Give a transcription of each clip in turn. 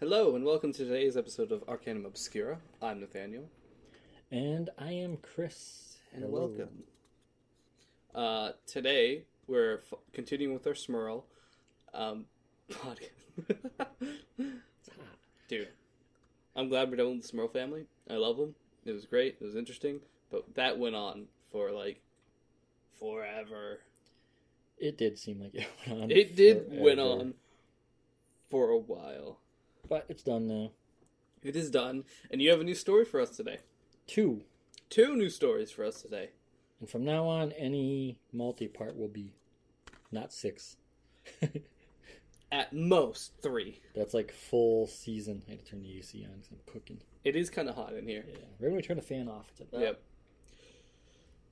Hello and welcome to today's episode of Arcanum Obscura. I'm Nathaniel, And I am Chris. and Hello. welcome. Uh, today we're f- continuing with our Smurl um, podcast. It's hot. Dude, I'm glad we're done with the Smurl family. I love them. It was great. It was interesting, but that went on for like forever. It did seem like it went on. It did went forever, on for a while. But it's done now. It is done, and you have a new story for us today. Two. Two new stories for us today. And from now on, any multi part will be not six. At most three. That's like full season. I had to turn the AC on because I'm cooking. It is kind of hot in here. Yeah. Right when we turn the fan off, it's like, "Ah." Yep.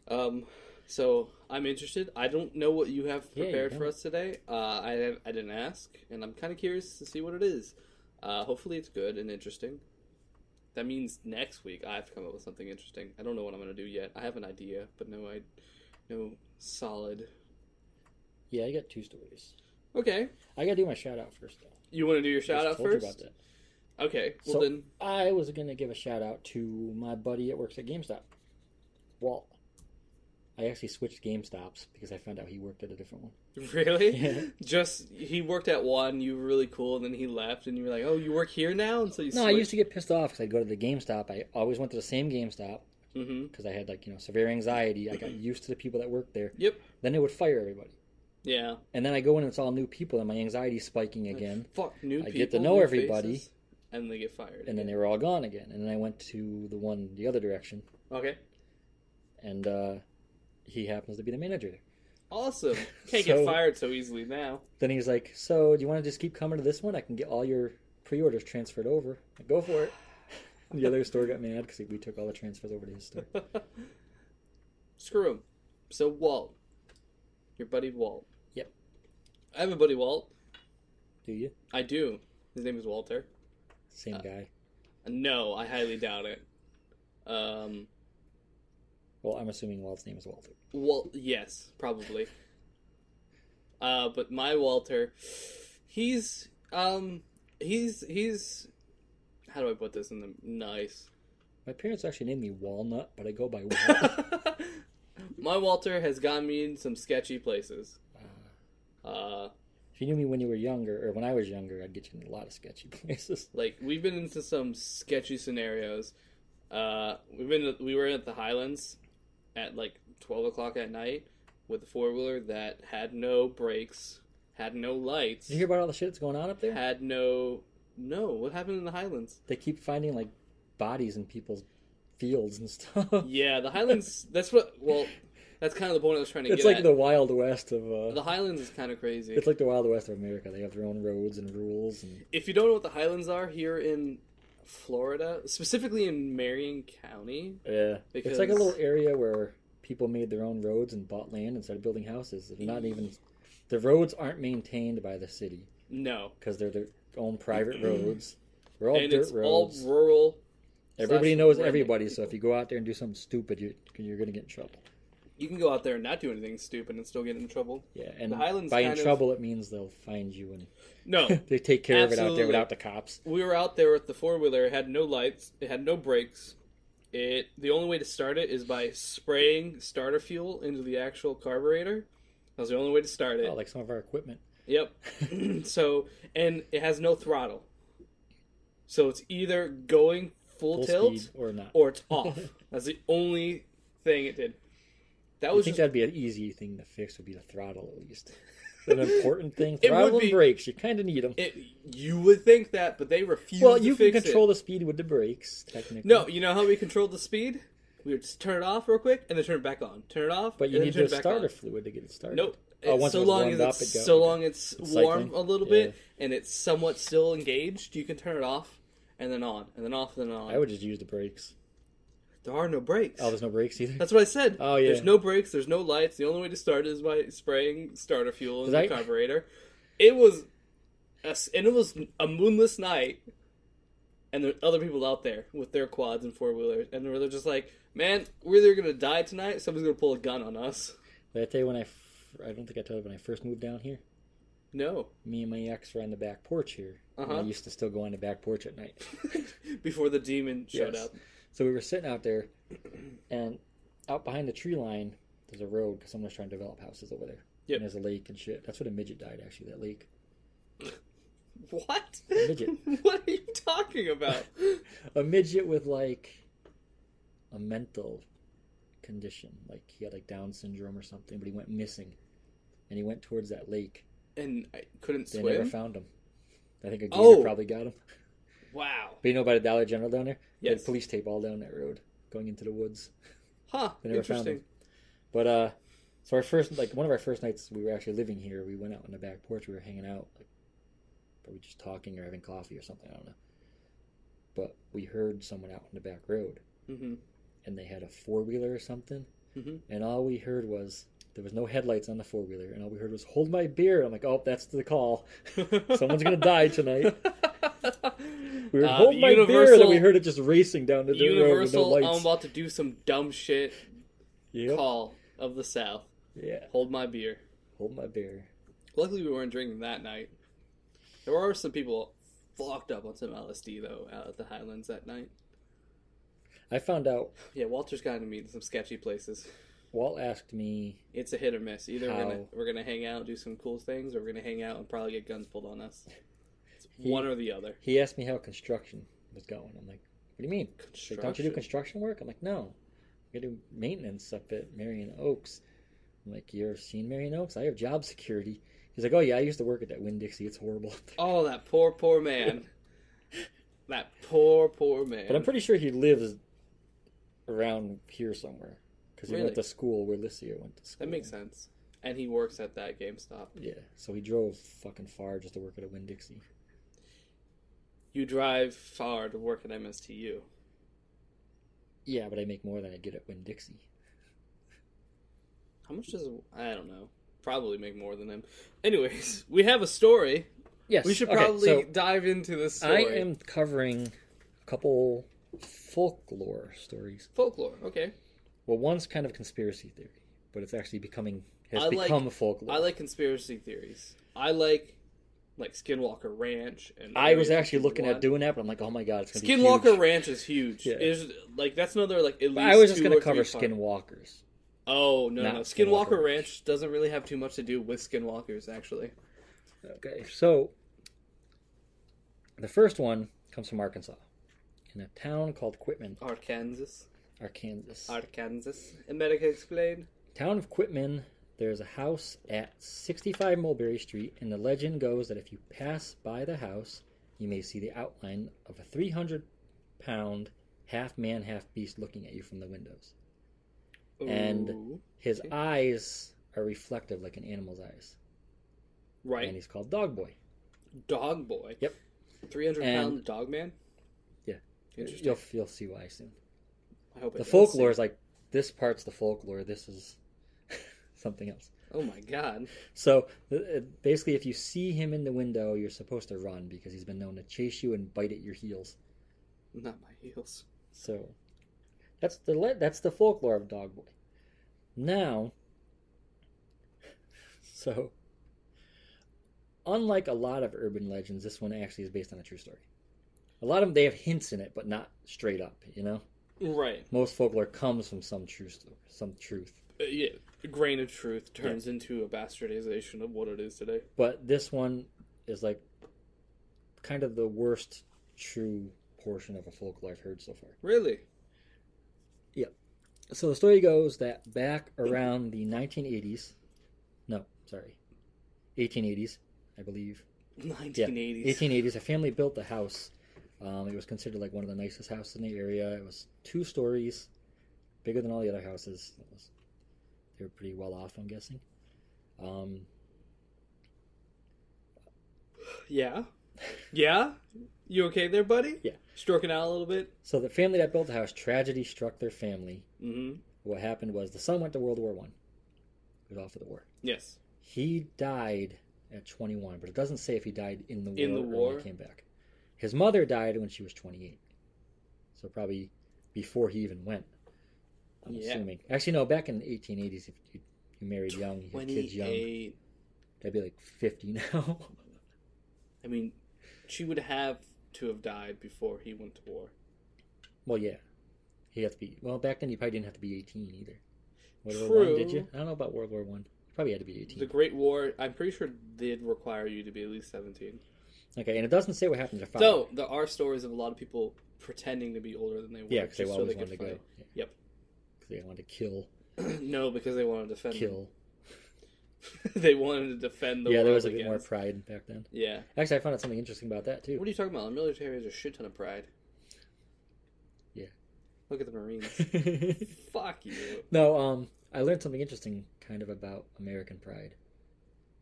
Um, so I'm interested. I don't know what you have Yeah, you prepared for don't. us today. Uh, I have, I didn't ask, and I'm kind of curious to see what it is. Uh, hopefully it's good and interesting. That means next week I have to come up with something interesting. I don't know what I'm gonna do yet. I have an idea, but no, I, no solid. Yeah, I got two stories. Okay, I got to do my shout out first, though. you want to do your shout Just out told you first? about that. Okay, well So- then, I was going to give a shout out to my buddy that works at GameStop, Walt. I actually switched GameStops because I found out he worked at a different one. really, Yeah. just he worked at one. You were really cool, and then he left, and you were like, "Oh, you work here now?" And so you No, I used to get pissed off because I'd go to the GameStop. I always went to the same GameStop hmm because I had like you know severe anxiety. I got used to the people that worked there. Yep. Then it would fire everybody, Yeah. and then I go in and it's all new people, and my anxiety's spiking again. Fuck new I people. get to know new everybody. faces, and they get fired. And then they were all gone again. And then I went to the one the other direction, okay. and uh, he happens to be the manager there. Awesome. Can't So- get fired so easily now. Then he's like, "So do you want to just keep coming to this one? I can get all your pre-orders transferred over. Like, go for it." the other store got mad because we took all the transfers over to his store. Screw him. So Walt, your buddy Walt. Yep. I have a buddy Walt. Do you? I do. His name is Walter. Same Uh, guy. No, I highly doubt it. Um. Well, I'm assuming Walt's name is Walter. Well, yes, probably. Uh, but my Walter, he's um, he's he's. How do I put this in the nice? My parents actually named me Walnut, but I go by Walt. My Walter has gotten me in some sketchy places. Uh, Uh-huh. Uh, if you knew me when you were younger, or when I was younger, I'd get you in a lot of sketchy places. like we've been into some sketchy scenarios. Uh, we've been we were at the Highlands at like twelve o'clock at night with a four wheeler that had no brakes, had no lights, Did you hear about all the shit that's going on up there? had no no. What happened in the Highlands? They keep finding like bodies in people's fields and stuff. Yeah, the Highlands. that's what. Well, that's kind of the point I was trying to It's get like at. the Wild West of. the Uh, Highlands is kind of crazy. it's like the Wild West of America. They have their own roads and rules, and if you don't know what the Highlands are here in Florida, specifically in Marion County, yeah, it's like a Because- little area where people made their own roads and bought land and started building houses. They're not even the roads aren't maintained by the city no, because they're their own private roads. They're all and dirt it's roads. all rural. Everybody slash knows redneck everybody, so if people. you go out there and do something stupid, you, you're going to get in trouble. you can go out there and not do anything stupid and still get in trouble. Yeah, and The Highlands by in kind of- trouble, it means they'll find you No, and they take care of it out Absolutely. there without the cops. we were out there with the four wheeler. It had no lights. It had no brakes. It the only way to start it is by spraying starter fuel into the actual carburetor. That was the only way to start it. Oh, like some of our equipment. Yep. so and it has no throttle. So it's either going full, Full tilt speed or not. or it's off. That's the only thing it did. That I was think just, that'd be an easy thing to fix, would be the throttle at least. an important thing. It would Throttle be- and brakes, you kind of need them. it, you would think that, but they refused Well, to you can fix control it. the speed with the brakes, technically. No, you know how we controlled the speed? We would just turn it off real quick and then turn it back on. Turn it off, But you and need then turn the it back starter on. fluid to get it started. Nope. Oh, It's once it so was long warmed as up, it's it got- so long it's, warm cycling? a little Yeah. bit and it's somewhat still engaged, you can turn it off and then on and then off and then on. I would just use the brakes. There are no brakes. Oh, there's no brakes either? That's what I said. Oh, yeah. There's no brakes. There's no lights. The only way to start is by spraying starter fuel in the Did I- carburetor. It was, a s and it was a moonless night, and there were other people out there with their quads and four wheelers, and they were just like, "Man, we're either gonna die tonight. Somebody's gonna pull a gun on us." Did I tell you when I... F- I don't think I told you when I first moved down here. No. Me and my ex were on the back porch here. and Uh-huh. I used to still go on the back porch at night. Before the demon showed Yes. up. So we were sitting out there, and out behind the tree line, there's a road because someone's trying to develop houses over there. Yep. And there's a lake and shit. That's what a midget died, actually, that lake. What? Midget. what are you talking about? A midget with, like, a mental condition. Like, he had, like, Down syndrome or something, but he went missing. And he went towards that lake. and I couldn't They swim. never found him. I think a gator Oh. probably got him. wow. But you know about a Dollar General down there? They had Yes. police tape all down that road going into the woods. Huh. They never found Interesting. him. But uh, so our first like one of our first nights we were actually living here, we went out on the back porch. We were hanging out, like probably just talking or having coffee or something. I don't know. But we heard someone out on the back road, hmm and they had a four wheeler or something. Mhm. And all we heard was there was no headlights on the four wheeler, and all we heard was "Hold my beer." I'm like, "Oh, that's the call. Mm-hmm. Someone's gonna die tonight." We were Uh, "Hold the my beer," and then universal- we heard it just racing down the dirt road with no Universal, lights. I'm about to do some dumb shit. Yep. Call of the South. Yeah, Hold my beer. hold my beer. Luckily, we weren't drinking that night. There were some people fucked up on some LSD though out at the Highlands that night. I found out Yeah, Walter's gotten to meet in some sketchy places. Walt asked me It's a hit or miss. Either we're gonna How? we're gonna hang out, do some cool things, or we're gonna hang out and probably get guns pulled on us. It's He- one or the other. he asked me how construction was going. I'm like, what do you mean? He's like, don't you do Construction. construction work? I'm like, no. I do maintenance up at Marion Oaks. I'm like, you ever seen Marion Oaks? I have job security. He's like, oh yeah, I used to work at that Winn Dixie. It's horrible. Oh, that poor, poor man. that poor, poor man. But I'm pretty sure he lives around here somewhere because he Really? went to school where Licia went to school. that makes sense. And he works at that GameStop. Yeah, so he drove fucking far just to work at a Winn Dixie. You drive far to work at MSTU. Yeah, but I make more than I get at Winn Dixie. How much does I don't know. Probably make more than him. Anyways, we have a story. Yes, We should okay, probably so- dive into this I story. am covering a couple folklore stories. folklore. Okay, Well, one's kind of conspiracy theory, but it's actually becoming has I like- become folklore. I like conspiracy theories. I like like Skinwalker Ranch. And I was Area actually looking 51. at doing that, but I'm like, oh my god, it's gonna be Skinwalker huge. Ranch is huge. Yeah. Is like that's another like at least. But I was just two gonna or three cover parts. skinwalkers. Oh no, Not no. Skinwalker Skinwalker, Ranch. Ranch doesn't really have too much to do with skinwalkers, actually. Okay, so the first one comes from Arkansas, in a town called Quitman, Arkansas, Arkansas. Arkansas, America explained. Town of Quitman, there's a house at 65 Mulberry Street, and the legend goes that if you pass by the house, you may see the outline of a 300 pound half man, half beast looking at you from the windows. And- Ooh. His Okay. eyes are reflective like an animal's eyes, and right, he's called Dog Boy. dog boy. Yep. three hundred And- pound dog man. Yeah. interesting. You'll, you'll see why soon. I hope it The does folklore is like this part's the folklore, this is something else. sing. Oh my god! So uh, uh, basically, if you see him in the window, you're supposed to run because he's been known to chase you and bite at your heels. Not my heels. So that's the le- that's the folklore of Dog Boy. Now, so unlike a lot of urban legends, this one actually is based on a true story. A lot of them they have hints in it, but not straight up. You know, Right. most folklore comes from some true sto- some truth. Uh, yeah. A grain of truth turns into a bastardization of what it is today. but this one is like kind of the worst true portion of a folklore I've heard so far. Really? So the story goes that back around the 1980s, no, sorry, 1880s, I believe, Nineteen eighties. 1880s, a family built the house. Um, it was considered like one of the nicest houses in the area. It was two stories, bigger than all the other houses. It was, they were pretty well off, I'm guessing. Um, Yeah. Yeah. You okay there, buddy? Yeah. Stroking out a little bit. so the family that built the house, tragedy struck their family. Mm-hmm. what happened was the son went to World War One. He was off for the war. Yes. He died at 21, but it doesn't say if he died in the war. In the or when he war? came back. His mother died when she was 28, so probably before he even went. I'm Yeah. assuming. Actually, no. Back in the 1880s, if you, you married young, you had kids young. Twenty-eight. That'd be like 50 now. I mean, she would have to have died before he went to war. well, yeah. He'd have to be. Well, back then you probably didn't have to be 18 either. World War True. One, did you? I don't know about World War One. You probably had to be 18. The Great War, I'm pretty sure, did require you to be at least 17. Okay, and it doesn't say what happened to five. So there are stories of a lot of people pretending to be older than they were, yeah, because they just always so they wanted could to go. fight. Yep. Because they wanted to kill, no, because they wanted to defend. kill. they wanted to defend the yeah, world there was a bit against. more pride back then. yeah. Actually, I found out something interesting about that too. What are you talking about? The military has a shit ton of pride. Yeah. Look at the Marines. Fuck you. no, um, I learned something interesting kind of about American pride.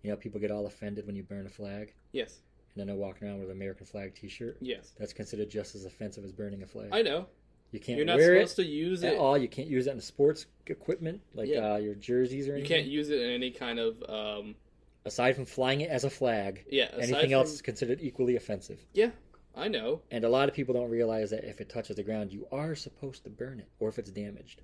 You know, people get all offended when you burn a flag, Yes. and then they're walking around with an American flag T-shirt. Yes. That's considered just as offensive as burning a flag. I know. you can't You're not wear supposed it to use at it. all. You can't use it in sports equipment like Yeah. uh, your jerseys or You anything. can't use it in any kind of um Aside from flying it as a flag, yeah, aside anything from- else is considered equally offensive. Yeah. I know. And a lot of people don't realize that if it touches the ground, you are supposed to burn it, or if it's damaged.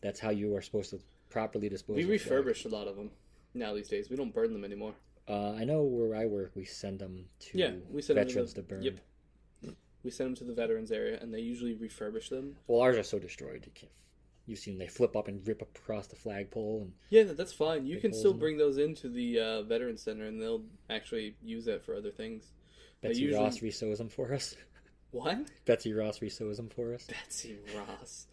That's how you are supposed to properly dispose. We of a flag. refurbish a lot of them now these days. We don't burn them anymore. Uh, I know where I work, we send them to Yeah, we send 'em to veterans the- to burn. yep. We send them to the veterans area and they usually refurbish them. Well, ours are so destroyed. You can't, you've seen they flip up and rip across the flagpole, and Yeah, no, that's fine. You Big can holes still in bring those into the uh, veteran center and they'll actually use that for other things. They Betsy usually- Ross resews them for us. What? Betsy Ross resews them for us. Betsy Ross.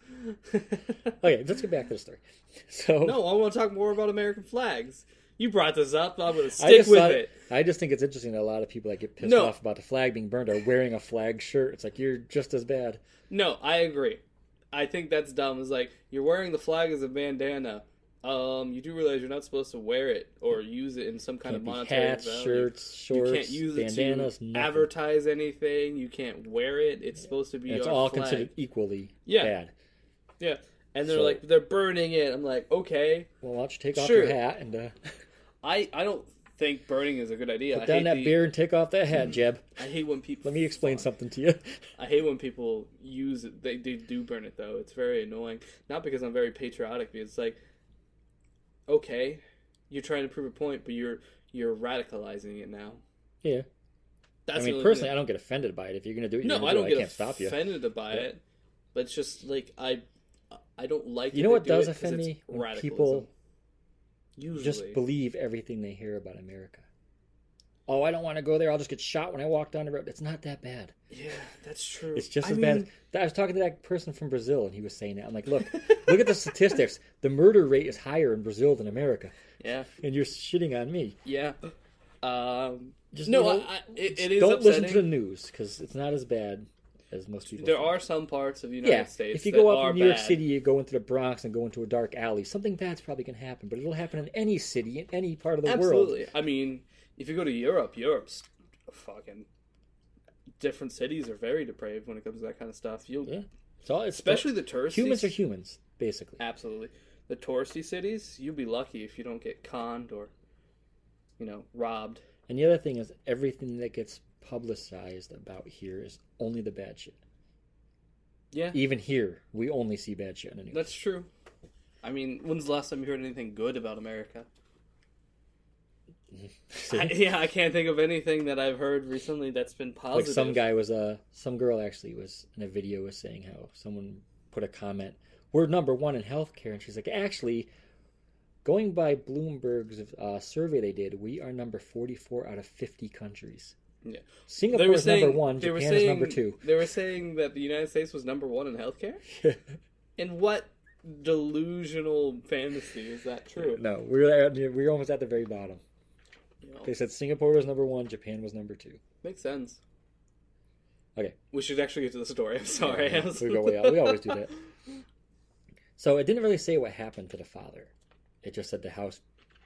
Okay, let's get back to the story. So No, I want to talk more about American flags. You brought this up. I'm going to I stick just with thought- it. I just think it's interesting that a lot of people that get pissed No. off about the flag being burned are wearing a flag shirt. It's like you're just as bad. No, I agree. I think that's dumb. It's like you're wearing the flag as a bandana. Um, you do realize you're not supposed to wear it or use it in some kind Can't of be monetary hats, value. shirts, you shorts, can't use it bandanas, to nothing. advertise anything. You can't wear it. It's supposed to be And it's our all flag. considered equally Yeah. bad. Yeah, and they're So- like they're burning it. I'm like, okay, Well, why don't you take off Sure. your hat and uh, I I don't think burning is a good idea. put I down hate that the- Hmm. beer and take off that hat, Jeb? I hate when people. Let me explain something to you. I hate when people use it. They, they do burn it though. It's very annoying. Not because I'm very patriotic, because it's like, okay, you're trying to prove a point, but you're you're radicalizing it now. Yeah, That's I the mean only personally, thing I don't get offended by it. If you're gonna do it, that- you're no, gonna I do it. don't get can't stop you. offended by Yeah. it, but it's just like I I don't like. You that know they what do does it 'cause offend it's me? When radicalism. people usually Just believe everything they hear about America. Oh, I don't want to go there. I'll just get shot when I walk down the road. It's not that bad. yeah, that's true. It's just I as bad. mean, as- I was talking to that person from Brazil, and he was saying that. I'm like, look, look at the statistics. The murder rate is higher in Brazil than America, Yeah, and you're shitting on me. yeah. Um, Just no, you know, I, I, it, it is don't upsetting. listen to the news because it's not as bad as most people. There think. are some parts of the United yeah. States. if you that go up are in New York bad. City, you go into the Bronx and go into a dark alley, something bad's probably going to happen. But it'll happen in any city in any part of the world. absolutely. I mean, if you go to Europe, Europe's fucking different cities are very depraved when it comes to that kind of stuff. You will Yeah. It's all, it's especially the touristy humans are humans, basically. absolutely the touristy cities. You'd be lucky if you don't get conned or you know robbed. And the other thing is, everything that gets publicized about here is only the bad shit. Yeah, Even here, we only see bad shit on the news. that's true. I mean, when's the last time you heard anything good about America? See? I, yeah, I can't think of anything that I've heard recently that's been like positive. some guy was uh, some girl actually was in a video was saying how someone put a comment, "We're number one in healthcare," and she's like, "Actually, going by Bloomberg's uh, survey they did, we are number forty-four out of fifty countries. Yeah. Singapore is number one, they Japan were is saying- number two. They were saying that the United States was number one in healthcare. In what delusional fantasy is that true? no, we were at, we were almost at the very bottom. You know, They said Singapore was number one, Japan was number two. makes sense. Okay. We should actually get to the story. I'm sorry. Yeah, we go way out. We always do that. So it didn't really say what happened to the father. It just said the house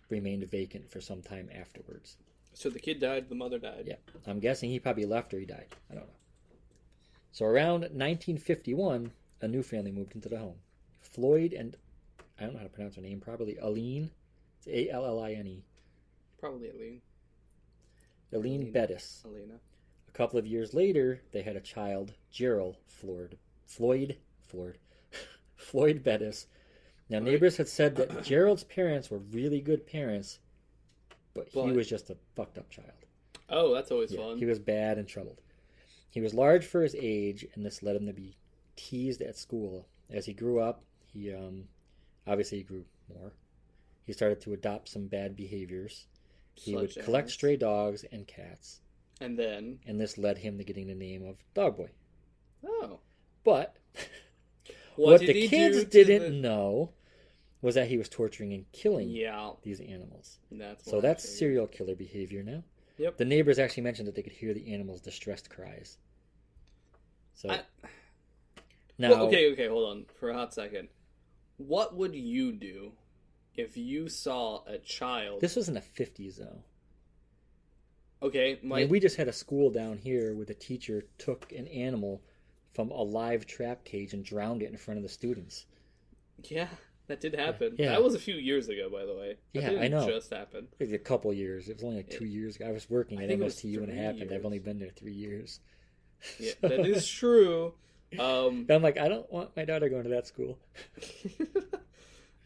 remained vacant for some time afterwards. So the kid died, the mother died. Yeah, I'm guessing he probably left or he died. I don't know. So around 1951, a new family moved into the home. Floyd and I don't know how to pronounce her name properly. Aline, it's A L L I N E. Probably Aline. Aline Aline. Bettis. Alina. A couple of years later, they had a child, Gerald Floyd. Floyd, Floyd, Floyd Bettis. Now, neighbors had said that Gerald's parents were really good parents, but, he But- was just a fucked up child. Oh, that's always Yeah, fun. he was bad and troubled. He was large for his age, and this led him to be teased at school. As he grew up, he um, obviously he grew more. He started to adopt some bad behaviors. He Such would collect as- stray dogs and cats, And then, and this led him to getting the name of Dog Boy. oh, But what, what did the he kids do to didn't the- know was that he was torturing and killing Yeah, these animals. that's So what that's I figured. serial killer behavior now. Yep. The neighbors actually mentioned that they could hear the animals' distressed cries. So I- now, Well, okay, okay, hold on for a hot second. What would you do if you saw a child? this was in the fifties, though. okay, I my mean, we just had a school down here where the teacher took an animal from a live trap cage and drowned it in front of the students. yeah, that did happen. Yeah. That was a few years ago, by the way. That Yeah, I didn't know. Just happened. It was a couple years. It was only like two years. ago. I was working I at think it was MSTU when it three happened. I've years. only been there three years. Yeah, that is true. Um, And I'm like, I don't want my daughter going to that school.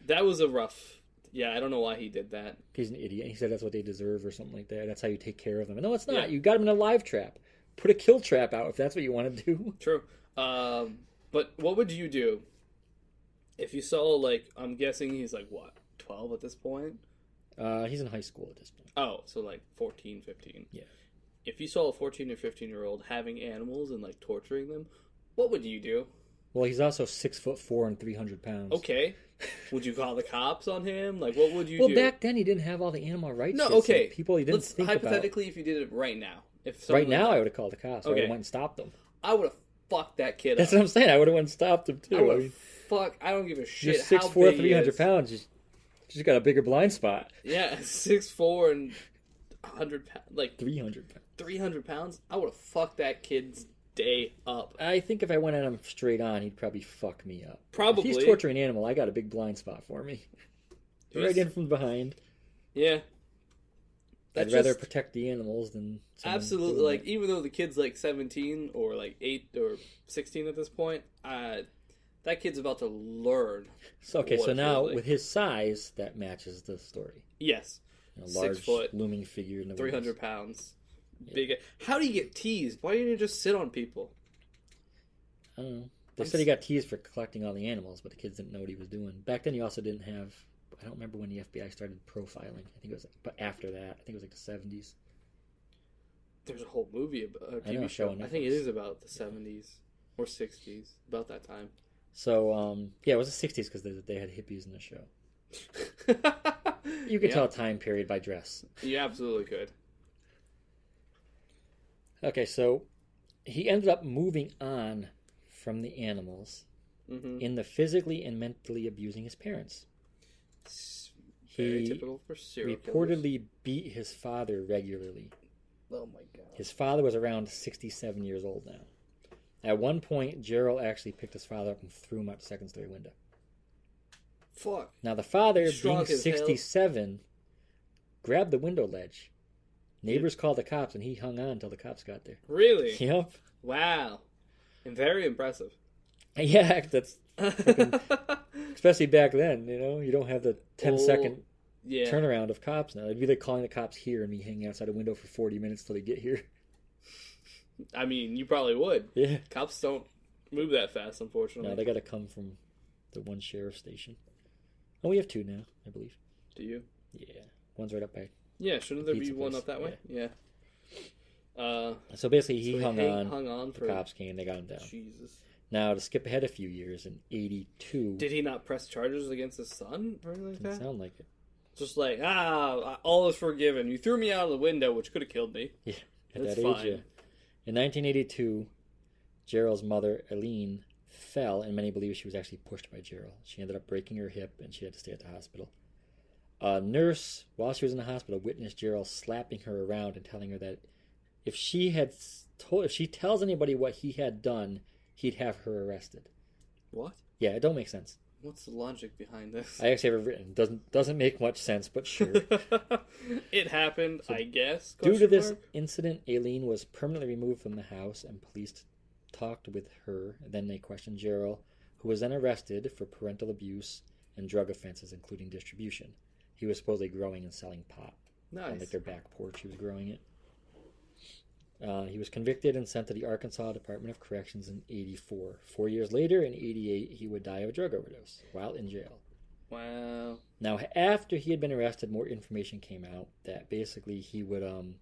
that was a rough. Yeah, I don't know why he did that. He's an idiot. He said that's what they deserve or something like that. That's how you take care of them. No, it's not. Yeah. You got them in a live trap. Put a kill trap out if that's what you want to do. True. Um, but what would you do if you saw like I'm guessing he's like what twelve at this point? Uh, he's in high school at this point. Oh, so like 14, 15. Yeah. If you saw a 14 or 15 year old having animals and like torturing them, what would you do? Well, he's also six foot four and three hundred pounds. Okay. would you call the cops on him? Like, what would you Well, do? back then he didn't have all the animal rights. no, shit, so okay. people he didn't Let's, think about. hypothetically, if you did it right now, if someone Right now, I would have called the cops. I would Okay. have went and stopped them. I would have fucked that kid That's up. what I'm saying. I would have went and stopped them too. I I would mean, have fuck. I don't give a you're shit. six how four, big he three hundred is. pounds. Just, just got a bigger blind spot. Yeah, six four and hundred pounds, like Three hundred pounds. three hundred pounds. I would have fucked that kid's day up. I think if I went at him straight on, he'd probably fuck me up. Probably. If he's torturing an animal, I got a big blind spot for me. Right in from behind. Yeah. That's I'd rather just- protect the animals than someone Absolutely, doing like it. even though the kid's like seventeen or like eight or sixteen at this point, uh, that kid's about to learn. So, okay, what so it now feels like. with his size, that matches the story. Yes, You know, Six large foot, looming figure. in the three woods. hundred pounds, big. How do you get teased? Why didn't you just sit on people? I don't know. They I'm said he got teased for collecting all the animals, but the kids didn't know what he was doing. Back then, he also didn't have. I don't remember when the FBI started profiling. I think it was, but after that, I think it was like the seventies. There's a whole movie, about, a I TV know, show. showing I think it Netflix. is about the seventies or sixties, about that time. So um, yeah, it was the sixties because they, they had hippies in the show. You could Yeah, tell a time period by dress. You absolutely could. Okay, so he ended up moving on from the animals hmm in the physically and mentally abusing his parents. It's very He typical for serial killers. reportedly beat his father regularly. Oh my god. His father was around 67 years old now. At one point, Gerald actually picked his father up and threw him out the second story window. Fuck. Now, the father, Strong being as hell. 67, grabbed the window ledge. Neighbors called the cops, and he hung on until the cops got there. Really? Yep. Wow. And very impressive. Yeah, that's yeah. especially back then. You know, you don't have the 10 Oh, second turnaround of cops now. It'd be like calling the cops here and me hanging outside a window for 40 minutes till they get here. I mean, you probably would. Yeah. Cops don't move that fast, unfortunately. No, they got to come from the one sheriff station. And we have two now, I believe. Do you? Yeah. One's right up by Yeah, shouldn't there be Pizza one place, up that way? Yeah. Uh, So basically, he so hung hang- on. hung on the for cops came. They got him down. Jesus. Now to skip ahead a few years in '82. Did he not press charges against his son or anything like Didn't that? sound like it. Just like ah, all is forgiven. You threw me out of the window, which could have killed me. At That's that fine. age, yeah. In 1982, Gerald's mother, Eileen, fell, and many believe she was actually pushed by Gerald. She ended up breaking her hip, and she had to stay at the hospital. A nurse, while she was in the hospital, witnessed Gerald slapping her around and telling her that if she had s- told, if she tells anybody what he had done, he'd have her arrested. What? Yeah, it don't make sense. What's the logic behind this? I actually have it written. Doesn't doesn't make much sense, but sure. it happened, I guess. Due to question this mark? incident, Aileen was permanently removed from the house, and police talked with her. Then they questioned Gerald, who was then arrested for parental abuse and drug offenses, including distribution. He was supposedly growing and selling pot. on like Nice. their back porch. He was growing it. Uh, he was convicted and sent to the Arkansas Department of Corrections in '84. Four years later, in '88, he would die of a drug overdose while in jail. Wow. Now, after he had been arrested, more information came out that basically he would um,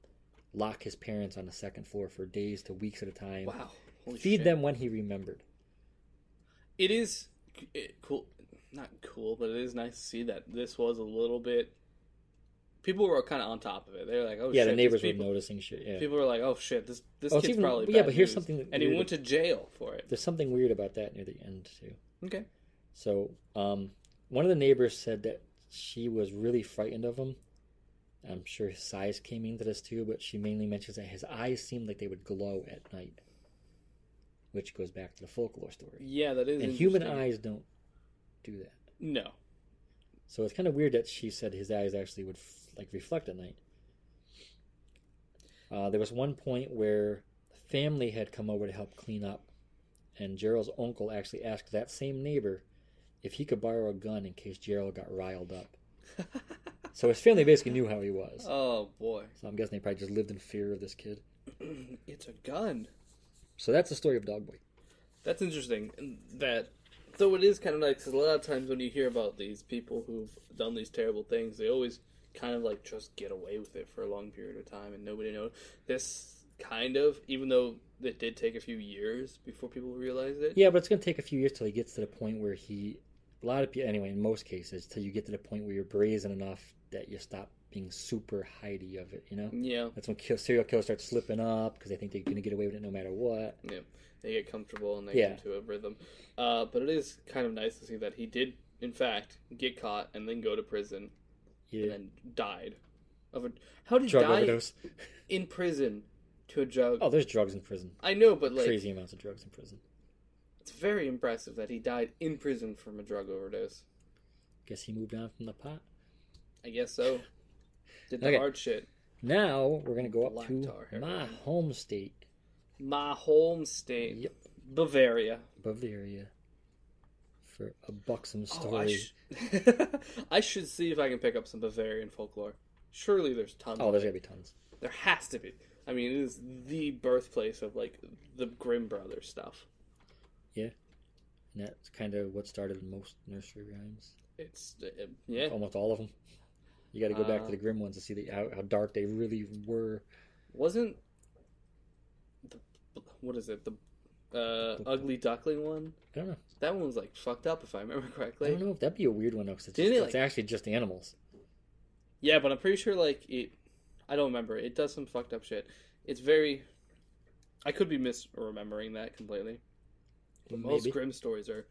lock his parents on the second floor for days to weeks at a time, Wow. Holy feed shit. them when he remembered. It is c- it, cool. Not cool, but it is nice to see that this was a little bit. People were kind of on top of it. They were like, "Oh yeah, shit!" the neighbors these were people, noticing shit. Yeah, people were like, "Oh shit!" This this Oh, it's kid's even- probably yeah, bad but here's news." something that and he weird- went to jail for it. there's something weird about that near the end too. Okay. So, um, one of the neighbors said that she was really frightened of him. I'm sure his size came into this too, but she mainly mentions that his eyes seemed like they would glow at night, which goes back to the folklore story. Yeah, that is. And human interesting. eyes don't do that. No. So it's kind of weird that she said his eyes actually would f- like reflect at night. Uh, there was one point where the family had come over to help clean up, and Gerald's uncle actually asked that same neighbor if he could borrow a gun in case Gerald got riled up. so his family basically knew how he was. Oh boy, So I'm guessing they probably just lived in fear of this kid. it's a gun. So that's the story of Dog Boy. That's interesting. and That though it is kind of nice because a lot of times when you hear about these people who've done these terrible things, they always kind of like just get away with it for a long period of time and nobody knows. This kind of, even though it did take a few years before people realized it. Yeah, but it's going to take a few years till he gets to the point where he. A lot of people, anyway, in most cases, till you get to the point where you're brazen enough that you stop being super hidey of it, you know? Yeah, That's when kill, serial killers start slipping up because they think they're going to get away with it no matter what. they get comfortable and they Yeah. get into a rhythm. Uh, but it is kind of nice to see that he did, in fact, get caught and then go to prison and Yeah. then died of a. How did he Drug die overdose. in prison to a drug? Oh, there's drugs in prison. I know, but like Crazy amounts of drugs in prison. It's very impressive that he died in prison from a drug overdose. Guess he moved on from the pot. I guess so. Did the Okay. hard shit. Now we're going to go up Black to tar heroin. my home state, My home state, Yep. Bavaria. Bavaria, for a buxom story. Oh, I, sh- I should see if I can pick up some Bavarian folklore. Surely there's tons. oh, of there's going to be tons. There has to be. I mean, it is the birthplace of like the Grimm brothers stuff. And that's kind of what started most nursery rhymes. It's uh, yeah. Almost all of them. You got to go back Uh, to the grim ones to see the, how, how dark they really were. Wasn't the what is it the uh, ugly duckling one? I don't know. That one was like fucked up if I remember correctly. I don't know if that'd be a weird one though, because it's, Didn't just- it, it's like- actually just animals. Yeah, but I'm pretty sure like it. I don't remember. It does some fucked up shit. It's very. I could be misremembering that completely. But most Maybe. grim stories are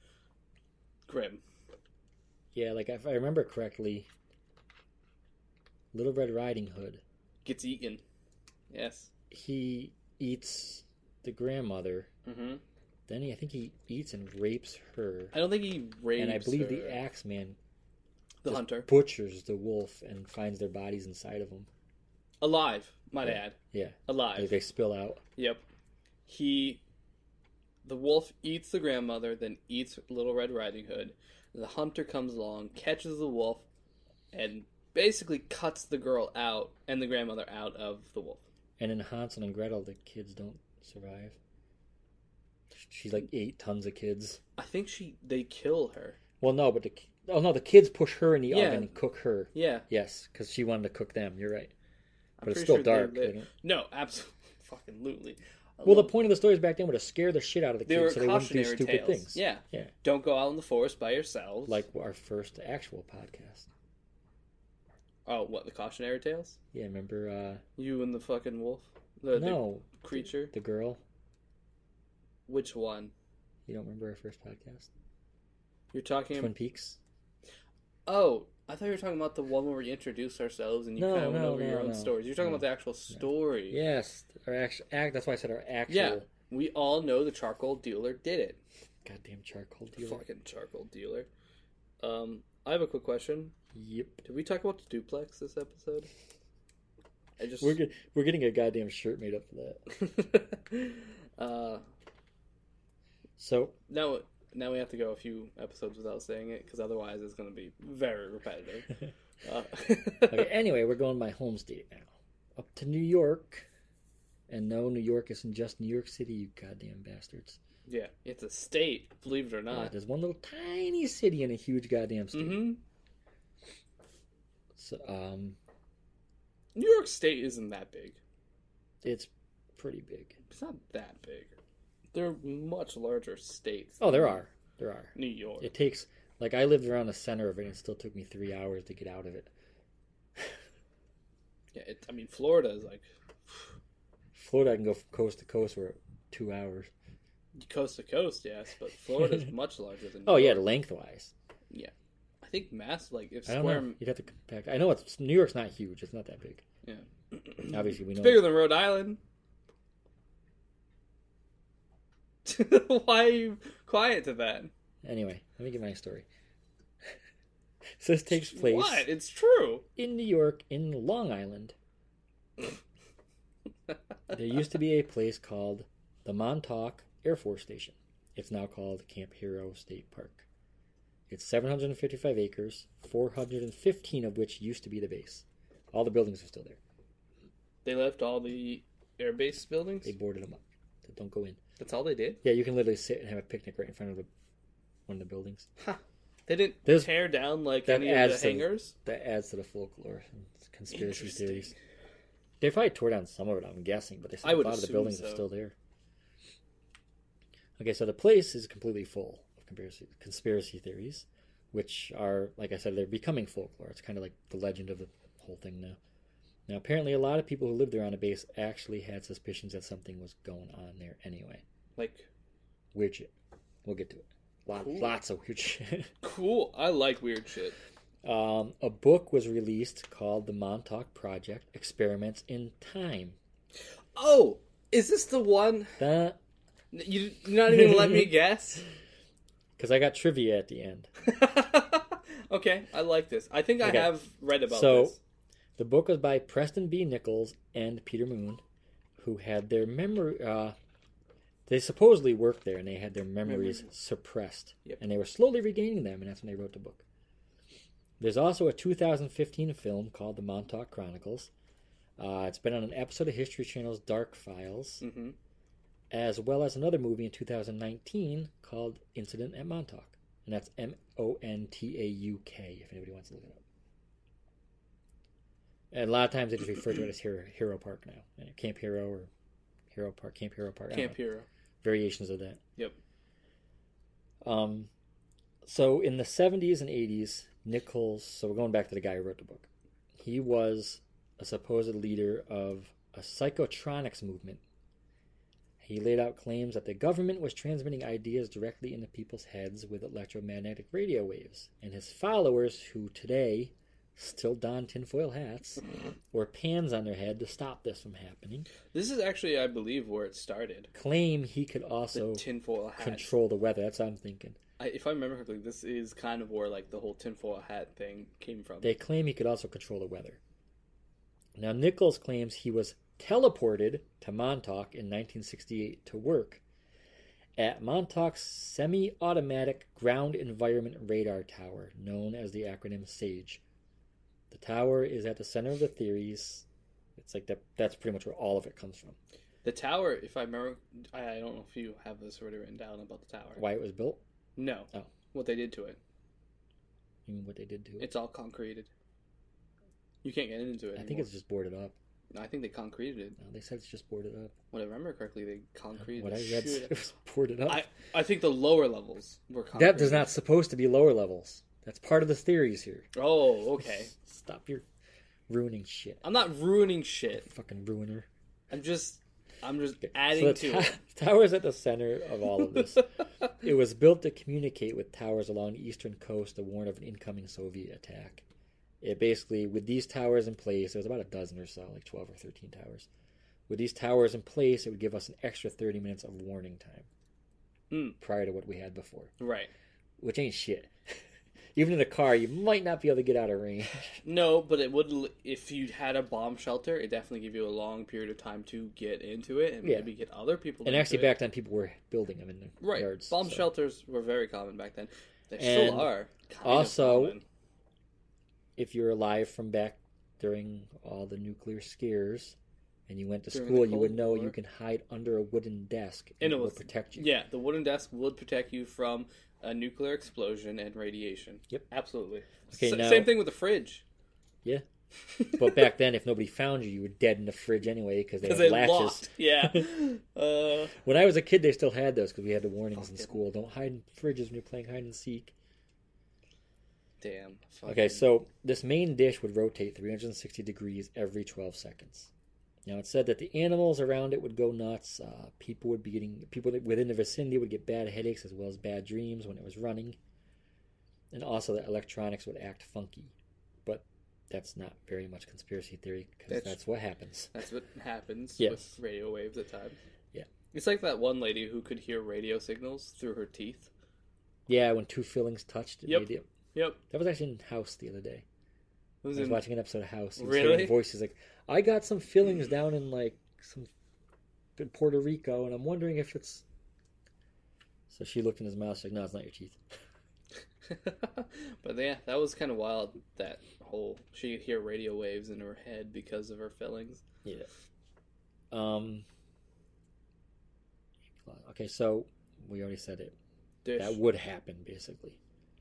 grim. Yeah, like if I remember correctly, Little Red Riding Hood, Gets eaten. Yes. he eats the grandmother. Mm-hmm. Then he, I think he eats and rapes her. I don't think he rapes. And I believe the her. axeman the just hunter butchers the wolf and finds their bodies inside of him. alive. Might Yeah. add Yeah, like alive. they spill out. Yep. He. The wolf eats the grandmother, then eats Little Red Riding Hood. The hunter comes along, catches the wolf, and basically cuts the girl out and the grandmother out of the wolf. And in Hansel and Gretel, the kids don't survive. She's like eight tons of kids. I think she they kill her. Well, no, but the ki- oh no, the kids push her in the Yeah. oven and cook her. Yeah, Yes, because she wanted to cook them. You're right, I'm but it's pretty still sure they dark. live- They don't- No, absolutely, fucking lutely. Well, the point of the stories back then was to scare the shit out of the they were kids so they wouldn't do cautionary stupid tales. things. Yeah, Yeah. don't go out in the forest by yourselves. Like our first actual podcast. oh, what the cautionary tales? Yeah, remember uh You and the fucking wolf, the, no, the creature. the girl. Which one? You don't remember our first podcast? You're talking. Twin Peaks? Oh, I thought you were talking about the one where we introduced ourselves and you No, kind of went no, over your no, own no. stories. You're talking No. about the actual story. Yes. Our actual act that's why I said our actual Yeah. We all know the charcoal dealer did it. goddamn charcoal The dealer. fucking charcoal dealer. Um, I have a quick question. Yep. Did we talk about the duplex this episode? I just We're get, we're getting a goddamn shirt made up for that. uh, So now now we have to go a few episodes without saying it because otherwise it's going to be very repetitive. Uh, Okay, anyway, we're going by home state now. Up to New York. And no, New York isn't just New York City, you goddamn bastards. yeah, it's a state, believe it or Yeah, not. there's one little tiny city in a huge goddamn state. hmm So, um, New York State isn't that big. it's pretty big. It's not that big. There are much larger states. Oh, there than are. There are. New York. It takes, like, I lived around the center of it and it still took me three hours to get out of it. Yeah, it, I mean, Florida is like Florida, I can go from coast to coast for two hours. coast to coast, yes, but Florida is much larger than. New Oh, yeah, York. lengthwise. I think Mass, like if I don't know. square, You'd have to compact. I know it's New York's not huge. It's not that big. Yeah. Obviously, we it's know. bigger than Rhode Island. Why are you quiet to that? Anyway, let me get my story. so this takes place What? It's true. in New York, in Long Island. there used to be a place called the Montauk Air Force Station. It's now called Camp Hero State Park. It's 755 acres, 415 of which used to be the base. All the buildings are still there. They left all the airbase buildings. They boarded them up. They don't go in. That's all they did. Yeah, you can literally sit and have a picnic right in front of the, one of the buildings. They didn't There's- tear down like that any of the adds to- hangars. That adds to the folklore and conspiracy Interesting. theories. They probably tore down some of it, I'm guessing, but they said I a would lot of the assume buildings are so. still there. Okay, so the place is completely full of conspiracy, conspiracy theories, which are, like I said, they're becoming folklore. It's kind of like the legend of the whole thing now. Now, apparently, a lot of people who lived there on the base actually had suspicions that something was going on there anyway. Like, Weird shit. We'll get to it. Lot, Cool. Lots of weird shit. cool. I like weird shit. Um, a book was released called The Montauk Project Experiments in Time. Oh, is this the one? Because You, you're not even let me guess. I got trivia at the end. okay, I like this. I think Okay. I have read about So- this. The book was by Preston B. Nichols and Peter Moon, who had their memory. Uh, they supposedly worked there and they had their memories suppressed. Yep. And they were slowly regaining them, and that's when they wrote the book. There's also a 2015 film called The Montauk Chronicles. Uh, it's been on an episode of History Channel's Dark Files. hmm as well as another movie in 2019 called Incident at Montauk. And that's M O N T A U K, if anybody wants to look it up. And a lot of times they just refer to it as Hero, Hero Park now. you know, Camp Hero or Hero Park, Camp Hero Park. I don't Camp know, Hero. Variations of that. Yep. Um, so in the 70s and 80s, Nichols, so we're going back to the guy who wrote the book, he was a supposed leader of a psychotronics movement. He laid out claims that the government was transmitting ideas directly into people's heads with electromagnetic radio waves, and his followers, who today still don tinfoil hats or pans on their head to stop this from happening, This is actually, I believe, where it started. claim he could The also tinfoil hat. control the weather. That's what I'm thinking. I, if I remember correctly, this is kind of where like the whole tinfoil hat thing came from. They claim he could also control the weather. Now, Nichols claims he was teleported to Montauk in 1968 to work at Montauk's Semi Automatic Ground Environment Radar Tower, known as the acronym SAGE. The tower is at the center of the theories. It's like that, that's pretty much where all of it comes from. The tower, if I remember, I, I don't know if you have this already written down about the tower. Why it was built, No. Oh. What they did to it. and what they did to it. It's all concreted. You can't get into it. I think it's just boarded up. anymore. I think they concreted it. No, they said it's just boarded up. When I remember correctly, they concreted What I the read shit said it was boarded up. I, I think the lower levels were concrete. That is not supposed to be lower levels. That's part of the theories here. Oh, okay. Stop your ruining shit. I'm not ruining shit. Fucking ruiner. I'm just I'm just Okay, so adding the to to- tower's at the center of all of this. it. it was built to communicate with towers along the eastern coast to warn of an incoming Soviet attack. It basically, with these towers in place, there was about a dozen or so, like 12 or 13 towers. With these towers in place, it would give us an extra 30 minutes of warning time Mm. prior to what we had before, right. which ain't shit. Even in a car, you might not be able to get out of range. No, but it would l- if you had a bomb shelter, it definitely give you a long period of time to get into it and Yeah. maybe get other people. And into actually, it. back then, people were building them in their right, yards. bomb so. shelters were very common back then. They And still are. kind of also- common. if you're alive from back during all the nuclear scares and you went to During the school, you would Cold know War. you can hide under a wooden desk And and, it it will was- protect you. Yeah, the wooden desk would protect you from a nuclear explosion and radiation. Yep. Absolutely. Okay, Sa- now- Same thing with the fridge. Yeah. But back then, if nobody found you, you were dead in the fridge anyway because they had Because they latches. locked. Yeah. uh, When I was a kid, they still had those because we had the warnings in Fucking- school: don't hide in fridges when you're playing hide and seek. damn. Fucking- Okay, so this main dish would rotate 360 degrees every 12 seconds. Now it said that the animals around it would go nuts. Uh, people would be getting people that- within the vicinity would get bad headaches as well as bad dreams when it was running, and also that electronics would act funky. But that's not very much conspiracy theory because That's- that's what happens. That's what happens Yeah. with radio waves at times. Yeah. It's like that one lady who could hear radio signals through her teeth. Yeah, when two fillings touched, it Yep. made it. Yep. That was actually in House the other day. It was I was in- watching an episode of House. and Really? hearing Voices like, I got some fillings down in like some in Puerto Rico, and I'm wondering if it's. So she looked in his mouth. She's like, "No, it's not your teeth." but yeah, that was kind of wild. That whole she could hear radio waves in her head because of her fillings. Yeah. Um. Okay, so we already said it. Dish. That would happen, basically.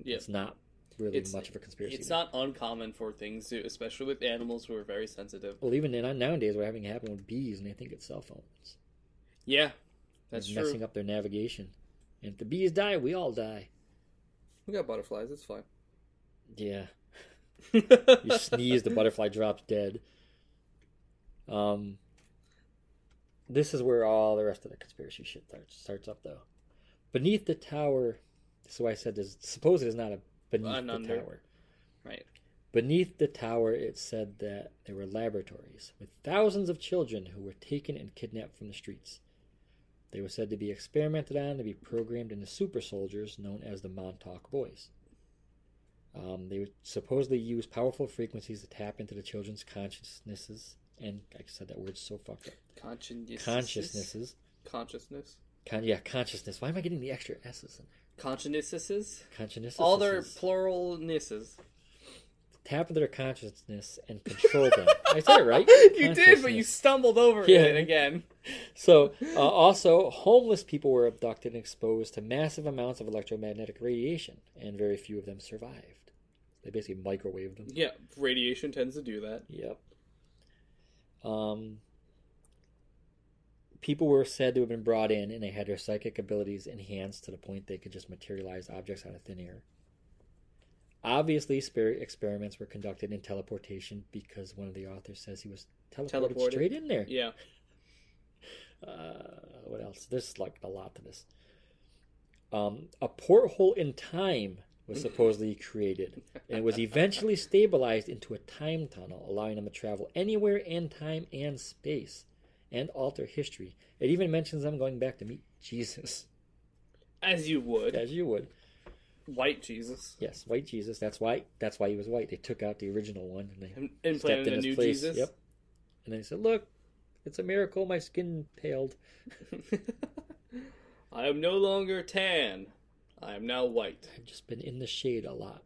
Yeah. It's not really It's- much of a conspiracy. It's theory. not uncommon for things to, especially with animals who are very sensitive. Well, even in, nowadays, we're having it happen with bees, and they think it's cell phones. Yeah, They're that's messing true. up their navigation. And if the bees die, we all die. We got butterflies. It's fine. Yeah. you sneeze, the butterfly drops dead. Um, this is where all the rest of the conspiracy shit starts, starts up, though. Beneath the tower, so I said this. Suppose it is not a beneath An the under. tower. Right. Beneath the tower, it said that there were laboratories with thousands of children who were taken and kidnapped from the streets. They were said to be experimented on to be programmed into super soldiers known as the Montauk Boys. Um, they would supposedly use powerful frequencies to tap into the children's consciousnesses, and I said that word so fucked up. Consciousness. Consciousnesses. Consciousness. Con- yeah, consciousness. Why am I getting the extra S's in there? Consciousnesses. Consciousness. All their plural nisses. tap into their consciousness and control them. I said it right. You did, but you Consciousness. stumbled over Yeah. it again. So, uh, also, homeless people were abducted and exposed to massive amounts of electromagnetic radiation, and very few of them survived. They basically microwaved them. Yeah, radiation tends to do that. Yep. Um, people were said to have been brought in, and they had their psychic abilities enhanced to the point they could just materialize objects out of thin air. Obviously, spirit experiments were conducted in teleportation because one of the authors says he was teleported, Teleported. straight in there. Yeah. uh, what else? There's like a lot to this. Um, a porthole in time was supposedly created, and it was eventually stabilized into a time tunnel, allowing them to travel anywhere in time and space, and alter history. It even mentions them going back to meet Jesus, As you would. as you would. White Jesus. Yes, white Jesus. That's why. That's why he was white. They took out the original one and they And stepped Implanted in a his new place. Jesus. Yep. And they said, "Look, it's a miracle. My skin paled." I am no longer tan. I am now white. I've just been in the shade a lot.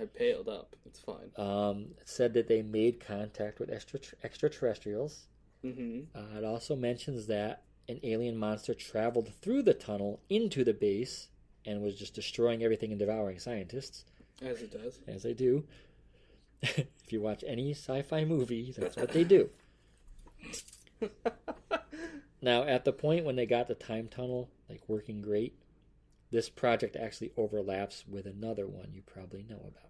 I paled up. It's fine. um, it said that they made contact with extra, extraterrestrials. hmm Uh, it also mentions that an alien monster traveled through the tunnel into the base and was just destroying everything and devouring scientists, As it does. as they do. if you watch any sci fi movie, that's what they do. now, at the point when they got the time tunnel like working great, this project actually overlaps with another one you probably know about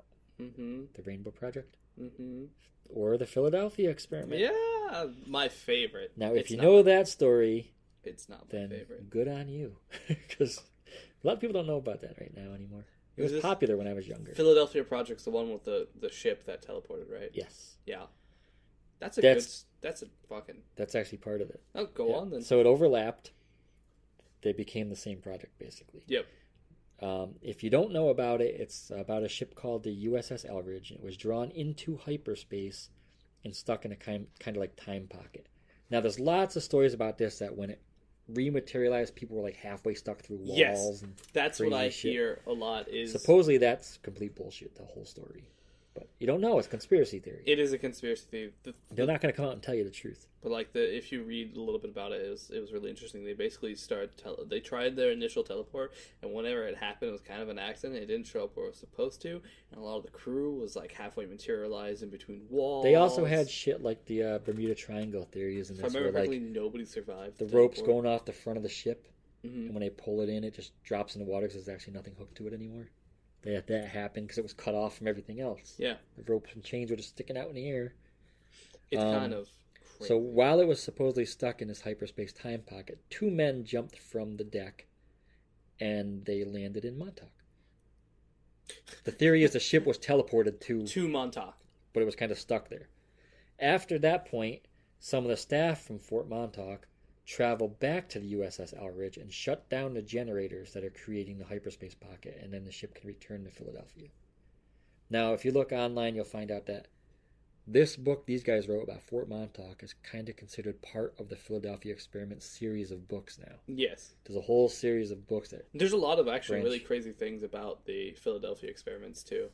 hmm the Rainbow Project hmm or the Philadelphia experiment. Yeah, my favorite. Now, if It's you not- know that story, it's not my then favorite. good on you, because a lot of people don't know about that right now anymore. It Is was this- popular when I was younger. Philadelphia Project's the one with the the ship that teleported, right? yes, Yeah. That's a That's- good. s- That's a fucking. that's actually part of it. Oh, go Yeah. on then. So it overlapped. They became the same project basically. Yep. Um, if you don't know about it, it's about a ship called the USS Elridge. It was drawn into hyperspace and stuck in a kind kind of like time pocket. Now, there's lots of stories about this that when it rematerialized, people were like halfway stuck through walls. Yes. and That's what I Crazy shit. hear a lot. Is Supposedly that's complete bullshit, the whole story. But you don't know. It's conspiracy theory. It is a conspiracy theory. The, They're not going to come out and tell you the truth. But like the if you read a little bit about it, it was it was really interesting. They basically started tele- they tried their initial teleport, and whenever it happened, it was kind of an accident. It didn't show up where it was supposed to, and a lot of the crew was like halfway materialized in between walls. They also had shit like the uh, Bermuda Triangle theories and Oh, if I this, remember where like correctly, nobody survived the teleport. rope's going off the front of the ship, Mhm. and when they pull it in, it just drops in the water because there's actually nothing hooked to it anymore. That that happened because it was cut off from everything else. Yeah, The ropes and chains were just sticking out in the air. it's Um, kind of crazy. So while it was supposedly stuck in this hyperspace time pocket, two men jumped from the deck and they landed in Montauk. The theory is the ship was teleported to, to Montauk. but it was kind of stuck there. After that point, some of the staff from Fort Montauk traveled back to the USS Elridge and shut down the generators that are creating the hyperspace pocket, and then the ship can return to Philadelphia. Now, if you look online, you'll find out that this book these guys wrote about Fort Montauk is kind of considered part of the Philadelphia Experiment series of books now. Yes, There's a whole series of books that there's a lot of actually Branch. really crazy things about the Philadelphia experiments too,